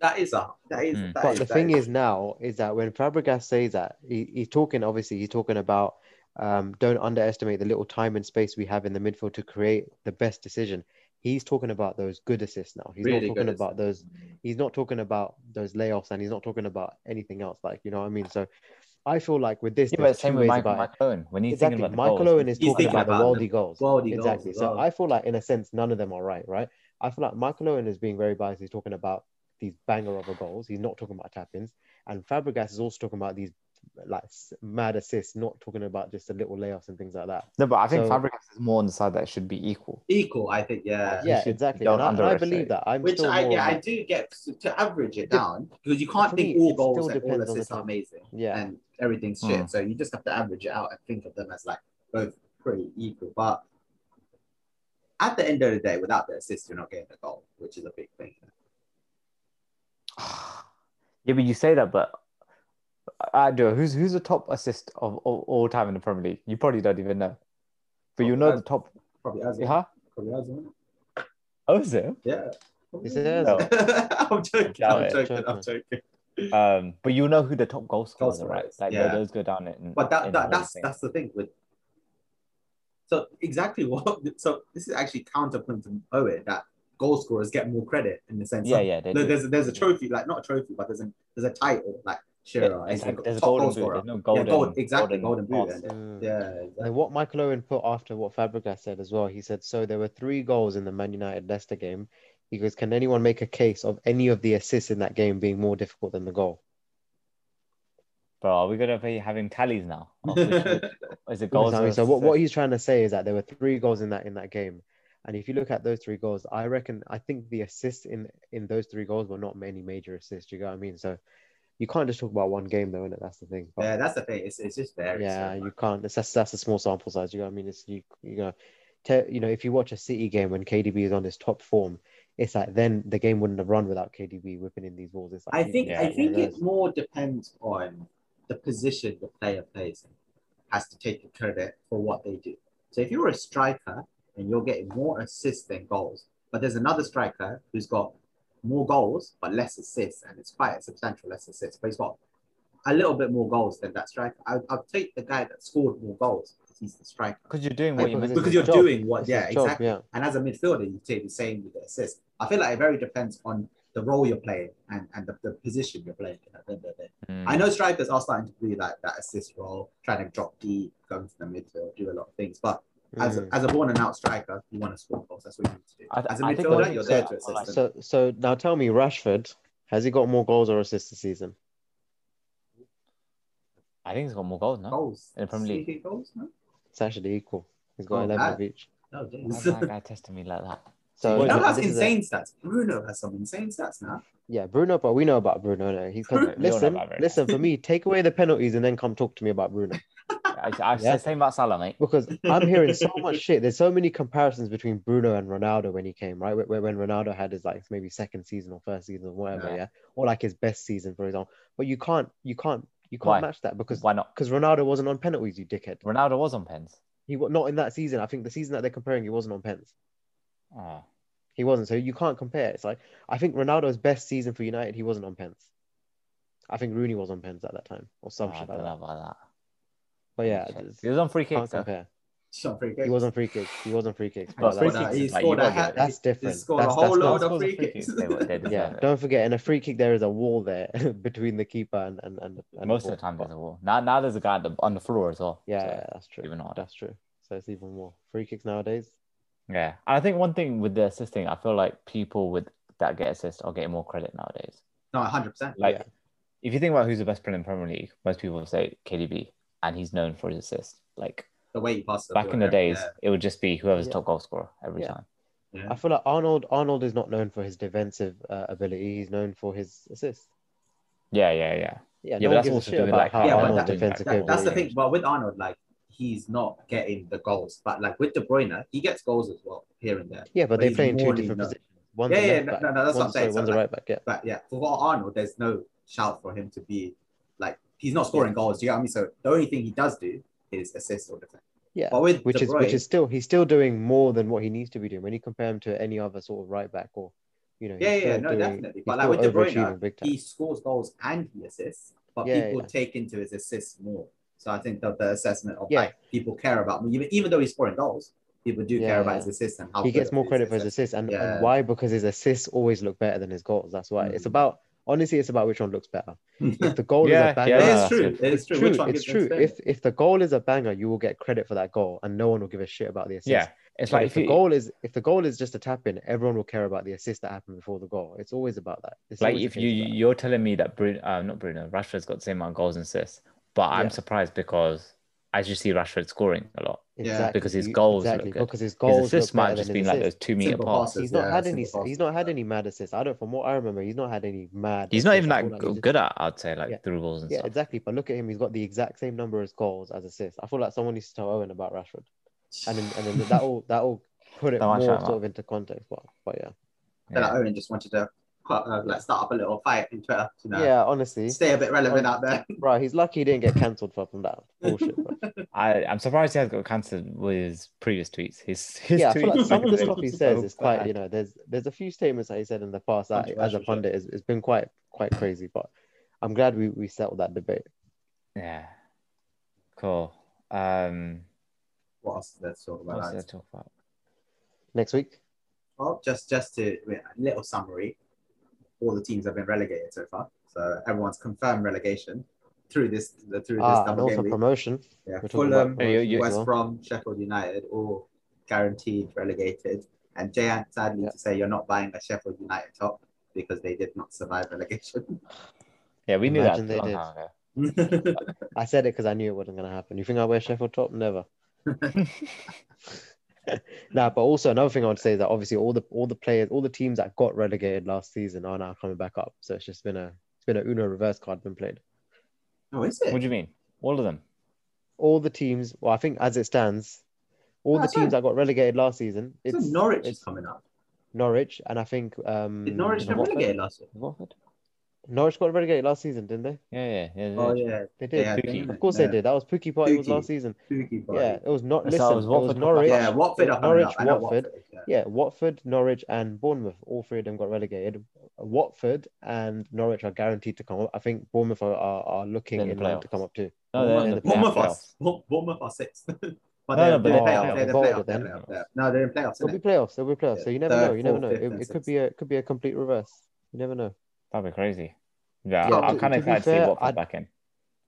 That is a that is.
Hmm.
that
but
is-
the
that
thing is now is that when Fabregas says that he, he's talking obviously he's talking about um, don't underestimate the little time and space we have in the midfield to create the best decision. He's talking about those good assists now. He's
Really
not
good
talking about those. He's not talking about those layoffs, and he's not talking about anything else. Like you know what I mean. So I feel like with this,
Yeah, but
there's
same
two
with
ways
Michael,
about it.
Michael Owen. When he's
Exactly.
thinking about the
Michael
goals,
Owen is
He's
talking
thinking
about the
about
worldy
the
goals.
worldy goals
exactly.
as
So
well.
I feel like in a sense none of them are right, right? I feel like Michael Owen is being very biased. He's talking about these banger of a goals. He's not talking about tap-ins. And Fabregas is also talking about these like s- mad assists, not talking about just the little layoffs and things like that.
No, but I think
So-
Fabregas is more on the side that it should be equal.
equal, I think. Yeah.
you
yeah,
should-
exactly.
don't
And I, and I
underestimate.
believe that. I'm
Which
still
I
more
yeah
on
I
that.
do get to, to average it
Dep-
down because you can't
for
think
me,
all
it
goals
still
and all
depends on the
assists are
type.
amazing
yeah.
and everything's
Hmm.
shit. So you just have to average it out and think of them as like both pretty equal. But at the end of the day, without the assist, you're not getting the goal, which is a big thing.
yeah, but you say that, but I do. Who's who's the top assist of all, all time in the Premier League? You probably don't even know, but you know the top.
Probably as
Huh?
Probably Ozil.
um, Oh, is it?
Yeah.
Is it Ozil?
I'm joking. I'm
Yeah.
joking. I'm joking.
Um, but you know who the top goal scorers
Goal
are, right?
scorers,
Like
yeah.
they, those go down in.
But that,
in the
that
whole
that's
thing.
that's the thing with. So exactly what. So this is actually counterpoint to Owen that goal scorers get more credit in the sense.
yeah,
of,
yeah. They
No,
do.
there's there's a trophy like not a trophy, but there's a there's a title like Shearer.
Yeah,
is the
exactly. There's a
top
golden
goal
boot.
scorer.
There's no golden.
yeah, gold, exactly, golden,
golden
boot.
pass.
and-
Mm.
Yeah,
And
exactly.
what Michael Owen put after what Fabregas said as well, he said, So there were three goals in the Man United Leicester game. He goes, Can anyone make a case of any of the assists in that game being more difficult than the goal?
Bro, are we gonna be having tallies now? Of which- Is it
You know
goals?
what I
or
mean? So what, what
assists?
he's trying to say is that there were three goals in that in that game. And if you look at those three goals, I reckon I think the assists in in those three goals were not many major assists. You know what I mean? So you can't just talk about one game though, innit? That's the thing. But-
yeah, that's the thing. It's, it's uh, just there.
Oh. Yeah, you can't. That's, that's that's a small sample size. You know, what I mean, it's you you know, te- you know, if you watch a City game when KDB is on his top form, it's like then the game wouldn't have run without KDB whipping in these balls. It's like,
I
you
think
know,
I
it's
think
one of
it more depends on the position the player plays in. Has to take the credit for what they do. So if you're a striker and you're getting more assists than goals, but there's another striker who's got more goals but less assists, and it's quite a substantial less assists, but he's got a little bit more goals than that striker. I, I'll take the guy that scored more goals because he's the striker.
Because you're doing what
Like,
you're
because
meant
it's
to
Because
his
do.
you're
job.
doing what,
those-
yeah,
it's his job,
exactly. And as a midfielder, you take the same with the assist. I feel like it very depends on the role you're playing and, and the, the position you're playing. in at the end of the day.
Mm.
I know strikers are starting to do like that assist role, trying to drop deep, go into the midfield, do a lot of things. But
Yeah.
as, a,
Mm.
as a born and out striker, you want to score goals. That's what you need to do.
I th-
as a
I think
midfielder,
I-
you're there
so-
to assist. them.
so so now tell me, Rashford has he got more goals or assists this season?
I think he's got more goals, no?
goals.
in the Premier League.
CK goals? No,
It's actually equal. He's got
Oh,
eleven
that-
of each.
no,
Why
James.
is that guy testing me like that?
So
Boys,
That has
this is a-
insane stats. Bruno has some insane stats now.
Yeah, Bruno, but we know about Bruno. No? He's
Bruno-
we all know
listen,
about Bruno.
listen for me. Take away the penalties and then come talk to me about Bruno.
I, I
Yeah.
said same about Salah, mate.
because I'm hearing so much shit. There's so many comparisons between Bruno and Ronaldo when he came, right? Where, when Ronaldo had his like maybe second season or first season or whatever,
Yeah.
yeah. or like his best season, for example. But you can't, you can't, you can't
Why?
match that because
Why not?
because Ronaldo wasn't on penalties, you dickhead.
Ronaldo was on pens.
He was not in that season. I think the season that they're comparing, he wasn't on pens.
Oh.
He wasn't. So you can't compare. It's like I think Ronaldo's best season for United, he wasn't on pens. I think Rooney was on pens at that time or
Oh,
some
I
shit
don't
like
know
that.
about that.
But yeah,
Shit.
it's-
he was on free
can't
kicks. though.
compare.
Some free
He
kicks.
was on free kicks. He was on free kicks.
But
But
free
that's-
kicks
he
is like,
scored
you
a
gotta
hat.
get
That's
He
different.
scored a
That's-
whole
that's
load
Those
of
goals
free
are
kicks.
They, were- they
Yeah,
deserve it.
don't forget, in a free kick, there is a wall there between the keeper and and, and, and
Most of the
ball.
time, there's a wall. Now, now there's a guy on the, on the floor as well.
Yeah,
So,
yeah, that's true.
even harder.
That's true. So it's even more free kicks nowadays.
yeah. And I think one thing with the assisting, I feel like people with that get assist are getting more credit nowadays.
No, 100%.
Like,
Yeah.
if you think about who's the best player in Premier League, most people say KDB, and he's known for his assist. Like
The way he passed the
back
ball,
in the
yeah.
days, it would just be whoever's
Yeah.
top goal scorer every
Yeah.
time.
Yeah.
I feel like Arnold Arnold is not known for his defensive uh, ability. He's known for his assists.
Yeah, yeah, yeah.
Yeah,
Yeah,
no
but
one
that's
gives a
also
shit
doing
about
like
how
Yeah, but
Arnold's
that-
defensive
That- that's the
ability
thing. But with Arnold, like he's not getting the goals. But like with De Bruyne, he gets goals as well here and there.
Yeah, but they
he's
play in two
morely
different
no-
positions. One's
Yeah,
a
yeah,
left
no-
back.
no, no, that's what I'm
one's, sorry,
saying. So
one's a
like-
right back. Yeah,
But yeah, for Arnold, there's no shout for him to be like he's not scoring goals. Do you know what I mean? So the only thing he does do is assist or defend.
Yeah,
But with
which
De
is
Bruyne,
which is still he's still doing more than what he needs to be doing when you compare him to any other sort of right back or you know he's
Yeah, yeah,
still
no,
doing-
definitely.
he's
But, like,
still
with De Bruyne,
overachieving big time.
he scores goals and he assists, but
Yeah,
people
yeah.
take into his assists more. So I think that the assessment of
Yeah.
like people care about him, even even though he's scoring goals, people do
Yeah,
care about
yeah.
his assists and how
he
good
gets
of
more
his
credit for his
assists.
assists and,
Yeah.
and why because his assists always look better than his goals that's why it's
Mm.
about honestly it's about which one looks better if the goal is
Yeah,
a banger
yeah,
It
that's
is true. It is true.
true
Which one
it's
gives him
true if if the goal is a banger you will get credit for that goal and no one will give a shit about the assist
Yeah, it's
But
like
if
if you
the goal is if the goal is just a tap in, everyone will care about the assist that happened before the goal. It's always about that. It's
like
always a
if
case
you
about that.
you're telling me that Bruno, uh, not Bruno, Rashford's got the same amount of goals and assists, but I'm
Yeah.
surprised because as you see Rashford scoring a lot,
Yeah.
exactly.
Because his
you-
goals look
exactly
good.
because his
his
goals
assists
look
might
better
have just
than his
been like
assists.
those two meter
Simple
passes.
passes,
He's not
yeah,
had
simple
any. He's
passes,
not had
yeah.
any mad assists. I don't. From what I remember, he's not had any mad.
He's not
assists.
even
I
that
feel like he's
g-
just-
good at, I'd say, like
Yeah.
through balls and
Yeah,
stuff.
exactly. But look at him. He's got the exact same number of goals as assists. I feel like someone needs to tell Owen about Rashford, and then and then that will that will put it
No, I'll
more
shout him
sort
out.
of into context. But but yeah,
Then like Owen just wanted to quite, uh, like start up a little fight in Twitter, you know,
yeah. Honestly,
stay a bit relevant out there.
bro, he's lucky he didn't get cancelled for from that bullshit. Bro.
I, I'm surprised he has got cancelled with his previous tweets. His his
yeah, I feel
tweets.
like some of the
are
stuff he
so
says is quite,
bad.
you know, there's there's a few statements that he said in the past that as
Controversial
a
shit.
pundit is it's been quite quite crazy, but I'm glad we, we settled that debate.
Yeah. Cool. Um,
What else? Let's talk
what
about.
else did I
lads?
talk about?
Next week.
Well, just just to a little summary, all the teams have been relegated so far. So everyone's confirmed relegation through this the, through this
Ah, and
double game
also
week.
promotion.
yeah,
we're talking
Fulham,
about
promotion as
West
well.
Brom, Sheffield United, all guaranteed relegated. And Jayan, sadly
Yeah.
to say, you're not buying a Sheffield United top because they did not survive relegation. Oh,
Yeah, we knew
Imagine
that
they
a long
did.
time ago.
I said it because I knew it wasn't gonna happen. You think I wear Sheffield top? Never. Nah, but also another thing I would say is that obviously all the all the players, all the teams that got relegated last season are now coming back up. So it's just been a it's been a Uno reverse card been played.
oh, is
What
it?
do you mean? All of them?
All the teams, well, I think as it stands, all
Ah,
the
so-
teams that got relegated last season,
So
it's
Norwich is
it's-
coming up.
Norwich, and I think um,
Did Norwich get
Watford?
relegated last year?
Watford?
Norwich got relegated last season, didn't they?
Yeah, yeah, yeah.
Oh
yeah.
yeah, they
They did.
had,
Pookie.
didn't
Of course they
Yeah.
did. That was Pookie Party was
Pookie.
last season.
Pookie, buddy.
Yeah, it was not.
So it
Listen,
was
it was
Watford,
Norwich.
yeah. Watford are coming
Norwich,
up. I know
Watford.
Watford. yeah.
Yeah, Watford, Norwich, and Bournemouth. All three of them got relegated. Watford and Norwich are guaranteed to come up. I think Bournemouth are, are, are looking
In
in,
the
line to
playoffs.
come up too.
No, they're in the playoff-
Bournemouth-
Bournemouth are,
playoffs.
Bour- Bournemouth are sixth. but
No,
they're,
no, but
they're,
they're
playoff,
playoff.
they're, they're,
Bolted
playoff, they're
then.
playoff, they're- No, they're in playoffs.
It'll be
Innit?
playoffs. It'll be playoffs.
Yeah,
So you never
third,
know. You never
fourth,
know.
fifth,
It,
and
it could
sixth.
be a could be a complete reverse. You never know.
That'd be crazy. Yeah,
Yeah,
I'm
to-
kind
to
of
be
excited to see
fair,
Watford
I'd-
back in.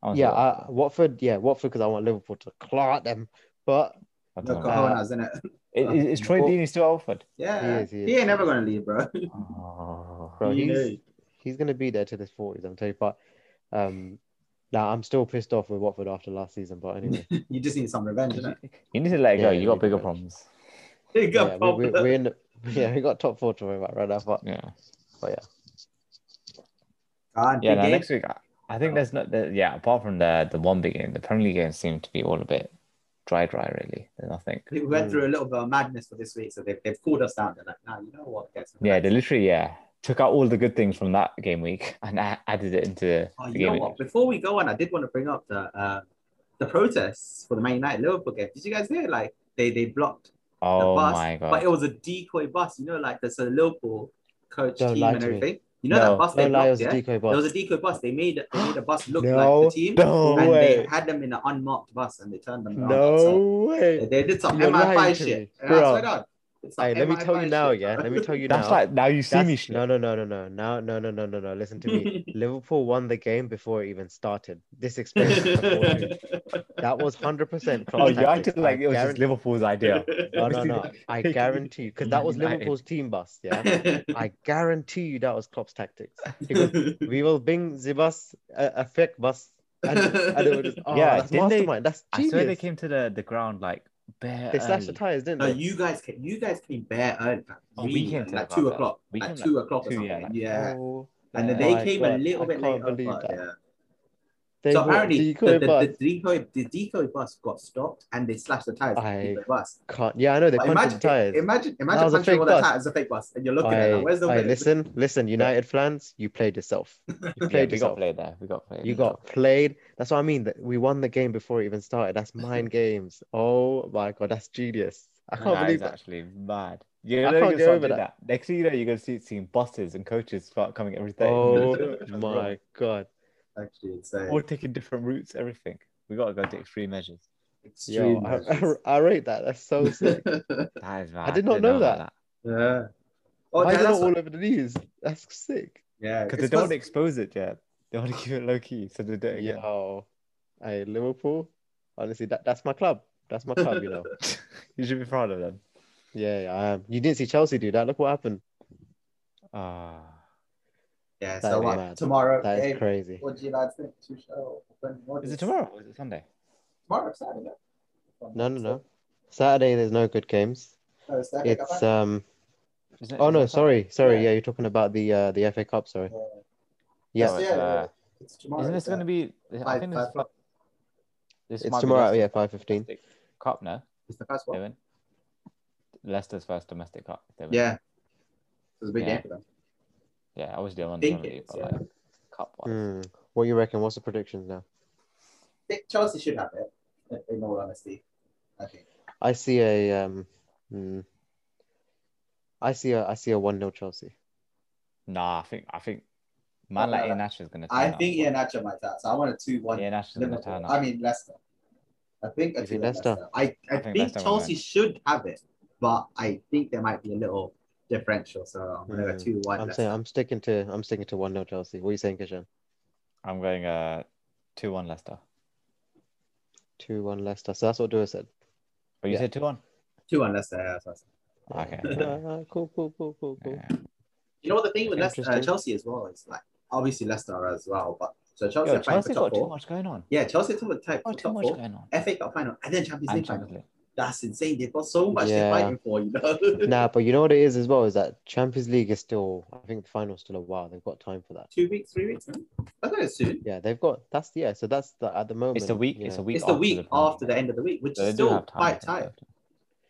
I wanna see
yeah,
Watford.
uh, Watford. Yeah, Watford because I want Liverpool to clot them. But
I
No
don't know.
cojones, innit?
Is, is Troy
Well-
Deeney still at Watford?
Yeah.
He is, he is.
ain't never going to leave, bro.
Oh,
bro,
You
he's,
know.
he's gonna be there till his forties. I'm telling you. But um, now I'm still pissed off with Watford after last season. But anyway,
You just need some revenge, innit?
you need to let it go.
Yeah,
you got
you
bigger
do.
problems.
Big
yeah,
up,
we, we,
Bob.
we're in. The, yeah, we got top four to worry about right now. But
Yeah,
Ah,
yeah.
big
now
game.
next week, I, I think there's not. There, yeah, apart from the the one big game, the Premier League games seem to be all a bit dry, dry. Really, there's nothing.
We went through a little bit of madness for this week, so they've, they've cooled us down. They're like, nah, you know what? Guys,
Yeah, they literally yeah took out all the good things from that game week and a- added it into
Oh,
the
you know
game week.
what? Before we go on, I did want to bring up the uh, the protests for the Man United Liverpool game. Did you guys hear? Like, they, they blocked the
Oh
bus,
my god!
but it was a decoy bus. You know, like there's a Liverpool coach
Don't
team
lie
and
to me.
everything. You know
No.
that bus
no
they
lie, it
blocked,
was a
yeah?
decoy
There
bus.
was a decoy bus. They made they made a bus look
No.
like the team,
no
and
way!
they had them in an unmarked bus, and they turned them around. So
No
they-
way.
they did some
You're lying
MI5
to
shit.
me,
And I swear
bro.
to God, it's some
Hey, let me
MI5
tell you now.
shit,
Yeah,
bro.
let me tell you
That's
now.
like now you see
That's-
me. Shit.
no, no, no, no, no, no, no, no, no, no, no. Listen to me. Liverpool won the game before it even started. This explains it to fortune. that was hundred percent.
Oh, you acted like it was just Liverpool's idea.
No, no, no. I guarantee you, because that was
United.
Liverpool's team bus. Yeah, I guarantee you that was Klopp's tactics. He goes, "We will bring the bus, a, a fake bus." And, and it was just, oh,
Yeah,
that's
didn't they-
mastermind. That's
I
genius.
swear
they,
they came to the, the ground like bare.
slashed the
early.
tires, didn't
No,
they?
you guys came. You guys came bare early, like,
Oh, we
really
came
early,
to
like
the
two
bus,
o'clock,
we
like
came,
two o'clock or
two, yeah,
something.
like-
Yeah,
Oh,
and then they
my
came a
God,
little bit
I can't
later.
believe
but
that.
yeah.
They
so
were-
apparently,
Decoy
the, the,
bus.
the decoy the decoy bus got stopped and they slashed the tires.
I-
I, the bus.
can't. Yeah, I know they
Like,
punched the
imagine,
tires.
imagine,
That
imagine
was a
punching
fake
all the
bus.
tires as a fake bus, and you're looking at
I,
it. Like, Where's the
I
winner?
listen, listen, United fans, you played yourself. You played
we got
yourself.
played there. We got played.
You got played. That's what I mean. That we won the game before it even started. That's mind games. Oh my god, that's genius. I can't
that
believe
is
that.
actually mad. You
I
know,
can't
you
get
start
over
doing that. Next thing you know, you're gonna see seeing buses and coaches start coming every day.
Oh
That's
my god.
Actually, uh, insane.
All taking different routes, everything. We gotta go take three measures.
Yo,
Extreme.
I, I, I rate that. That's so sick.
Oh,
That is
did not
didn't
know
about
that.
yeah. Oh,
Why
yeah,
is it
that's
not all over the news? That's sick.
yeah.
because
it's
they
supposed-
don't want to expose it yet. They want to keep it low key, so they do it again.
Yo, hey Liverpool. Honestly, that, that's my club. That's my club. You know.
you should be proud of them.
yeah, yeah, I am. You didn't see Chelsea do that. Look what happened.
Ah,
Yeah.
That
So
is
what?
mad.
Tomorrow.
That
game,
is crazy.
What do you guys think? Two show. When- what
is it tomorrow? Or is it Sunday?
Tomorrow, Saturday.
No, no, no. Saturday, there's no good games.
No, Oh, it's Saturday.
It's
Isn't
um.
it-
Oh
isn't
no,
it Sunday?
sorry, sorry.
Yeah.
Yeah, you're talking about the uh the FA Cup. Sorry.
Yeah.
Yeah,
No,
So,
it's,
yeah,
uh,
It's tomorrow.
Isn't this
so-
going to be? I
Five-
think this
five-
is like- this
it's
might be
tomorrow.
Leicester's
Yeah, five fifteen.
domestic Cup no,
It's the first
they
one.
win. Leicester's first domestic cup. if they win.
Yeah. It was a big
Yeah.
game for them.
yeah. I was the one
Think
normally,
it's,
but
yeah.
like, cup wise.
Hmm. What you reckon? What's the predictions now?
I think Chelsea should have it, in- in all honesty. I think.
I see a um. hmm. I see a I see a one 0 Chelsea. Mm.
Nah, I think I think man like Iheanacho is going to.
Uh, I think Iheanacho might out. So I want a 2 1
Iheanacho is going to
Liverpool.
turn
I
up.
mean, Leicester. I think
You
a 2
think
1
Leicester?
Leicester. I, I,
think
think,
Leicester will
Chelsea
win.
should have it, but I think there might be a little differential. So I'm going to
Hmm.
go 2 1
I'm
Leicester.
saying I'm sticking to I'm sticking to one 0 Chelsea. What are you saying, Kishan?
I'm going uh two one Leicester. Oh,
Two one Leicester. So that's what Dua said.
But you
Yeah.
said two one.
2 1 Leicester. Yeah, that's what I said.
Okay.
Uh, cool, cool, cool, cool, cool.
Yeah.
You know what the thing with Leicester, uh,
Interesting.
Chelsea as well is like, obviously Leicester as well, but so Chelsea
Yo,
are fighting for
Chelsea got
top
too
four.
much going on.
Yeah, Chelsea are top, type,
Oh, too
top
much
four.
going on.
FA Cup final and then Champions
And
League
Champions
final.
League.
That's insane. They've got so much
Yeah.
they're fighting for, you know.
Nah, but you know what it is as well is that Champions League is still. I think the final's still a while. They've got time for that.
Two weeks, three weeks. man. I thought it's soon.
Yeah, they've got. That's yeah. So that's the at the moment.
It's a week.
you
It's a
know,
week.
it's the week
Premier
after
League.
the end of the week, which
So they
is
do
still
have time, I
quite
think.
tight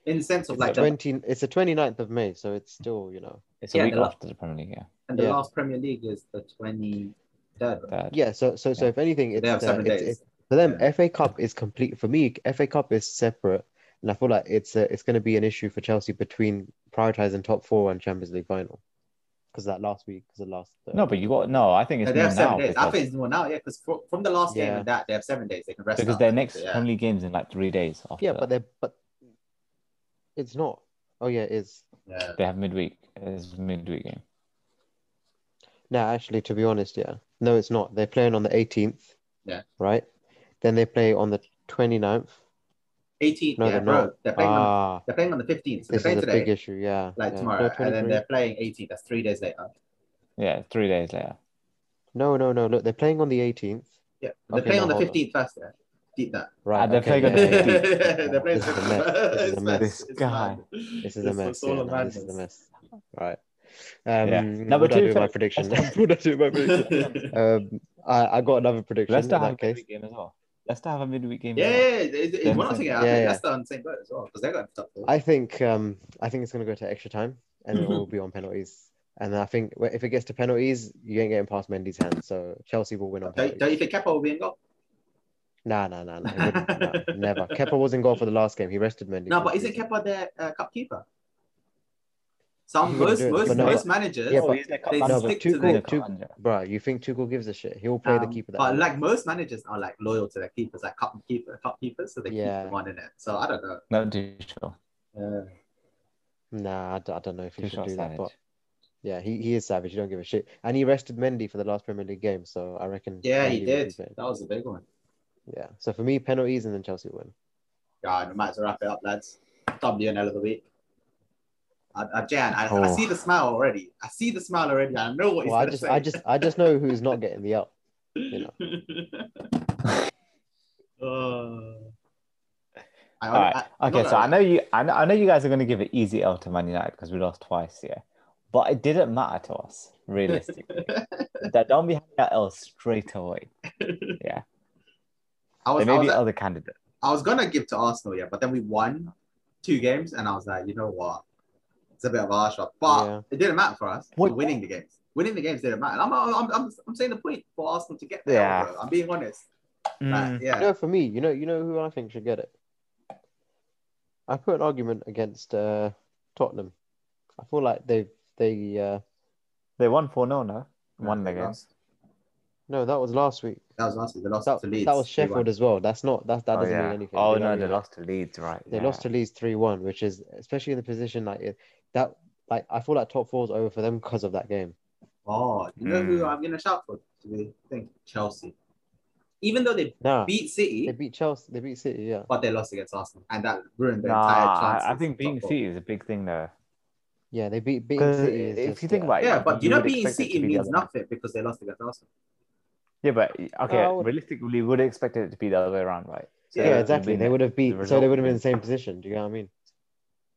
in the sense of
It's
like
the
the,
20, it's the 29th of May, so it's still, you know.
It's a
Yeah,
week
the-
after the Premier League. Yeah.
and the
yeah.
last Premier League is the twenty third.
Third.
Yeah, so so so
Yeah.
if anything, it's,
They have
uh,
seven
it's-
days.
it's- for them
Yeah.
FA Cup is complete. For me, FA Cup is separate, and I feel like it's uh, it's going to be an issue for Chelsea between prioritizing top four and Champions League final because that last week, because the last. uh,
No, but you got no. I think it's
they have
more now
seven days. I
because,
think it's more now, yeah, because from the last game
Yeah.
and that they have seven days. They can rest
because
up.
their next
Yeah.
Premier League games in like three days. After
yeah,
that.
but they but it's not. Oh yeah, it is.
Yeah.
they have midweek. It's midweek game.
No, actually, to be honest, yeah. No, it's not. They're playing on the 18th.
Yeah.
Right? Then they play on the 29th.
18th,
No,
yeah,
they're
bro.
not.
They're playing on
Ah,
they're playing on the fifteenth. So they're
this is
playing
a
today,
big issue. Yeah.
like
yeah.
tomorrow,
No,
and then
23.
they're playing eighteenth. That's three days later.
Yeah, three days later.
No, no, no. Look, they're playing on the 18th.
Yeah, they're
Okay,
playing
no,
on the
hold on.
fifteenth first. Yeah, deep that.
Right.
they're
okay,
playing on
yeah,
the
yeah.
18th.
they're playing
This is a mess. This
It's mess.
is a mess.
This
It's
guy.
mad.
This is a
It's
mess.
all
Yeah,
a
no, this is a
madness.
mess. Right.
Yeah.
Um,
No, but
what
to
do I do
be
with my
fair,
prediction?
Leicester-
What do I do with my prediction? Um, I, I got another prediction
Leicester
in
have a
that case.
midweek game as well. Leicester have a midweek game. as
Yeah,
well.
yeah, yeah. It, it,
Same
we're not
thing.
thinking. I
Yeah,
think
yeah.
that's the on the same boat as well because they're going to top four.
I think um I think it's gonna go to extra time and it will be on penalties. And I think wh- if it gets to penalties, you ain't getting past Mendy's hand. So Chelsea will win on
Don't,
penalties.
don't you think Kepa will be in goal?
Nah, nah, nah, nah. It wouldn't- nah, never. Kepa was in goal for the last game. He rested Mendy.
No,
for
but
the
isn't
season.
Kepa their uh, cup keeper? Some
He wouldn't
most
do it,
most,
but no,
most managers.
yeah,
Oh,
but-
he's their cup
they
manager.
stick
two
to
goal-
their
He's
two-
their cup manager.
Bro, you think Tuchel gives a shit? He'll play the
um,
keeper. That
but like most managers are like loyal to their keepers, like cup keeper, cup keepers, so they
Yeah.
keep them on in it. So I don't know.
Not too sure.
Uh,
nah, I, d- I don't know if he
Too
should
short
do that.
sighted.
But yeah, he, he is savage. You don't give a shit. And he rested Mendy for the last Premier League game, so I reckon.
yeah, he
Mendy will be
did.
fit.
That was a big one.
Yeah. So for me, penalties and then Chelsea win.
God, we might as well wrap it up, lads. WNL of the week. Uh, uh, Jan, I, I
Oh.
see the smile already. I see the smile already. I know what he's
Well, I
gonna
just,
say.
I just, I just know who's not getting the up. You know.
Uh, I,
All right.
I-
Okay,
no,
so
no,
I know you. I know, I know you guys are going to give it easy L to Man United because we lost twice, yeah. But it didn't matter to us realistically. that don't be handing out L straight away. Yeah,
I was,
There may
I,
be
was
other candidates.
I was gonna give to Arsenal, yeah, but then we won two games, and I was like, you know what, it's a bit of a harsh one, but
Yeah.
it didn't matter for us.
What-
We're winning the games, winning the games didn't matter. I'm, I'm, I'm, I'm saying the point for Arsenal to get there.
Yeah.
bro. I'm being honest.
Mm,
Like, yeah,
No, for me, you know, you know who I think should get it. I put an argument against uh, Tottenham. I feel like they they uh,
they won 4 0, no? Won the
That
game.
was-
no, that was last week.
That was last week. They lost
That,
to Leeds.
that was
They won.
Sheffield as well. That's not that that
oh,
doesn't mean
yeah.
anything.
oh
You know what I
no, they
mean?
lost to Leeds, right?
They
yeah.
lost to Leeds three one, which is especially in the position like it, that. Like I feel like top four is over for them because of that game.
Oh, you know who
Mm.
I'm gonna shout for? Do you think Chelsea? Even though they
Nah,
beat
they
City,
beat Chelsea. They beat City. Yeah,
but they lost against Arsenal, and that ruined their
Nah,
entire
I-
chance.
I think beating City is a big thing, though.
yeah, they beat beating
Because
City. Is
if
just,
you think
yeah.
about it,
Yeah, but you, know
would
beating
expect it to
City
be the
means
other way.
nothing because they lost against Arsenal.
Yeah, but okay,
I would-
realistically, we would expect it to be the other way around, right?
yeah,
Yeah,
exactly.
win
They would have beat, so
result,
they would have
yeah.
been in the same position. Do you know what I mean?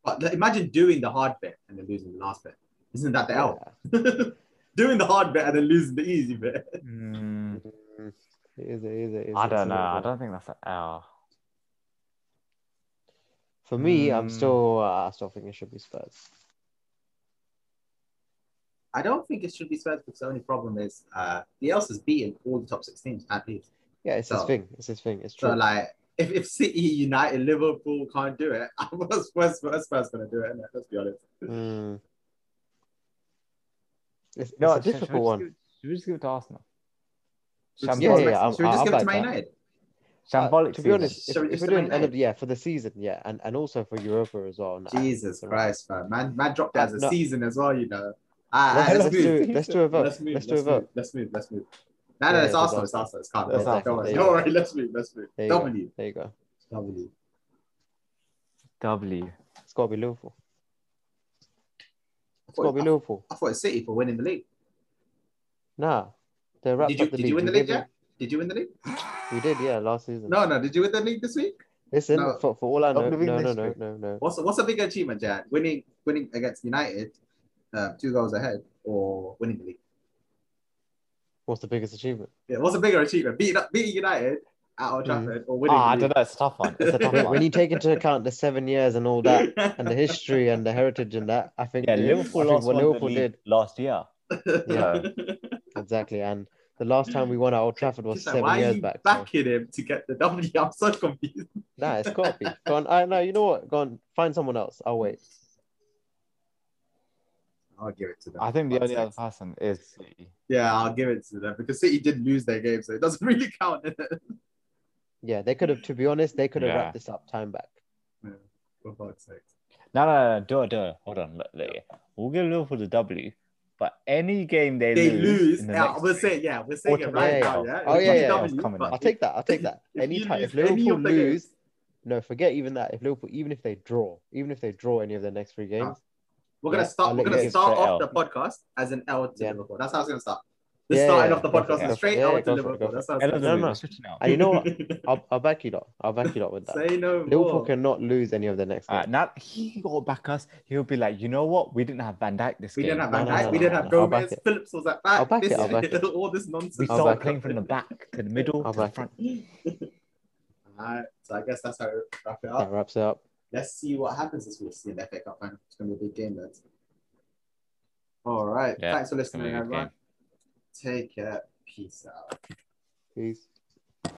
But th- imagine doing the hard bit and then losing the last bit. Isn't that the L? doing the hard bit and then losing the easy bit.
Mm,
Mm, It is, it is, it is,
I
it's a
don't know. I
little-
don't think that's an L.
For me, I'm
Mm.
still, uh, I still think it should be Spurs.
I don't think it should be Spurs because the only problem is uh, the else has beaten all the top six teams at least.
Yeah, it's his
So-
thing. It's his thing. It's true.
So like, if, if City, United, Liverpool can't do it, I was Spurs, Spurs, Spurs gonna do it. innit? Let's be honest.
Mm. It's,
No,
it's a difficult one. Uh,
Should we just give it to Arsenal?
Should we
Yeah,
just
yeah,
give it
I'm-
to- should we
I'm
just give it to
like
Man
that.
United?
Uh,
Shambolic
to be
season.
honest, if,
Shall we
if
just
we're
do it
doing end of,
now?
yeah for the season, yeah, and, and also for Europa as well. and-
Jesus
and-
Christ, man. Man, man dropped it as a
No.
season as well, you know. Ah,
Let's,
ah,
let's
let's,
do
move.
it. Let's do a vote.
let's move.
Let's do a
move.
vote.
Let's move. Let's move. No, no,
Yeah,
it's
yeah,
Arsenal. It's
that's-
Arsenal. It's calm.
that's
Don't worry. Don't
Arsenal.
worry. Don't worry. Let's move. Let's move.
There you go.
W.
There you go.
W.
W.
It's got to be Liverpool.
I
It's got to
thought,
be
I,
Liverpool.
I thought it's City for winning the league.
Nah, they wrapped
Did you,
up the
did
league.
you win the
We
league,
gave
Jack?
them-
Did you win the league?
We did, yeah, last season.
No, no. Did you win the league this week?
Listen,
No.
for, for all I know,
Stop
no,
living
no, no,
this
no,
way.
no, no.
What's what's a bigger achievement, Jack? Winning winning against United, uh, two goals ahead, or winning the league?
What's the biggest achievement?
Yeah, what's a bigger achievement? Beating up beating United at Old
Mhm.
Trafford or
Ah,
winning
I
the
don't know. It's a tough one. It's a tough
When, when
one.
you take into account the seven years and all that,
league?
and the history and the heritage and that, I think
Yeah,
I
Liverpool
think
lost won
what
the
Liverpool
league
did
last year.
Yeah. exactly. And the last time we won at Old Trafford was
Just like,
seven
why are
years
you
back. so-
backing him to get the W? I'm so confused.
Nah, it's got to be. Go on. I know. You know what? Go on. Find someone else. I'll wait.
I'll give it to them.
I think the
One
only
sec.
other person is City.
Yeah, I'll give it to them because City did lose their game, so it doesn't really count.
Yeah, they could have. To be honest, they could have
Yeah.
wrapped this up time back.
For fuck's sake.
No, no, no, do it, do it. Hold on. Look, look. We'll give Liverpool the W, but any game they,
They
lose,
lose.
in the
Yeah,
next
we're
week-
saying, yeah, we're saying it right now.
tomorrow.
Yeah.
Oh, yeah, yeah,
W, E,
it's coming
but
I'll take that. I'll take that.
if
Any
you
time. If
lose any
Liverpool
of the games-
lose, no, forget even that. If Liverpool, even if they draw, even if they draw any of their next three games,
We're gonna
Yeah, I'll
start. We're
let you
gonna
give
start
straight
off the podcast as an L to
Yeah.
Liverpool. That's how it's gonna start. We're
Yeah,
starting
yeah,
off the
go for it,
podcast
go
as
for
straight
it. Yeah,
L
yeah,
to
go for it,
Liverpool.
go for
That's how
End of
it's
the
No,
week,
no.
we're switching out.
and you know what?
gonna
I'll, I'll back you lot. I'll back you lot with that.
Say no
Liverpool
more.
cannot lose any of their next.
Uh,
games.
now he got back us. He'll be like, you know what? We didn't have Van Dyke this
We
game.
didn't have
No,
Van
no,
Dijk.
no,
We
no,
didn't
no,
have
no. I'll
Gomez.
back it.
Phillips was at
I'll
back.
back
This
it, I'll back
is
it.
all this
We
nonsense.
I'll
started
back
playing from the back to the middle
I'll
to the
back
front.
Alright, so I guess that's how we wrap it
That
up.
wraps it up.
Let's see what happens this week in the FA Cup final. It's gonna be a big game, lads. All right.
Yeah,
Thanks for
gonna be
listening,
a good
everyone. Take care. Peace out.
Peace.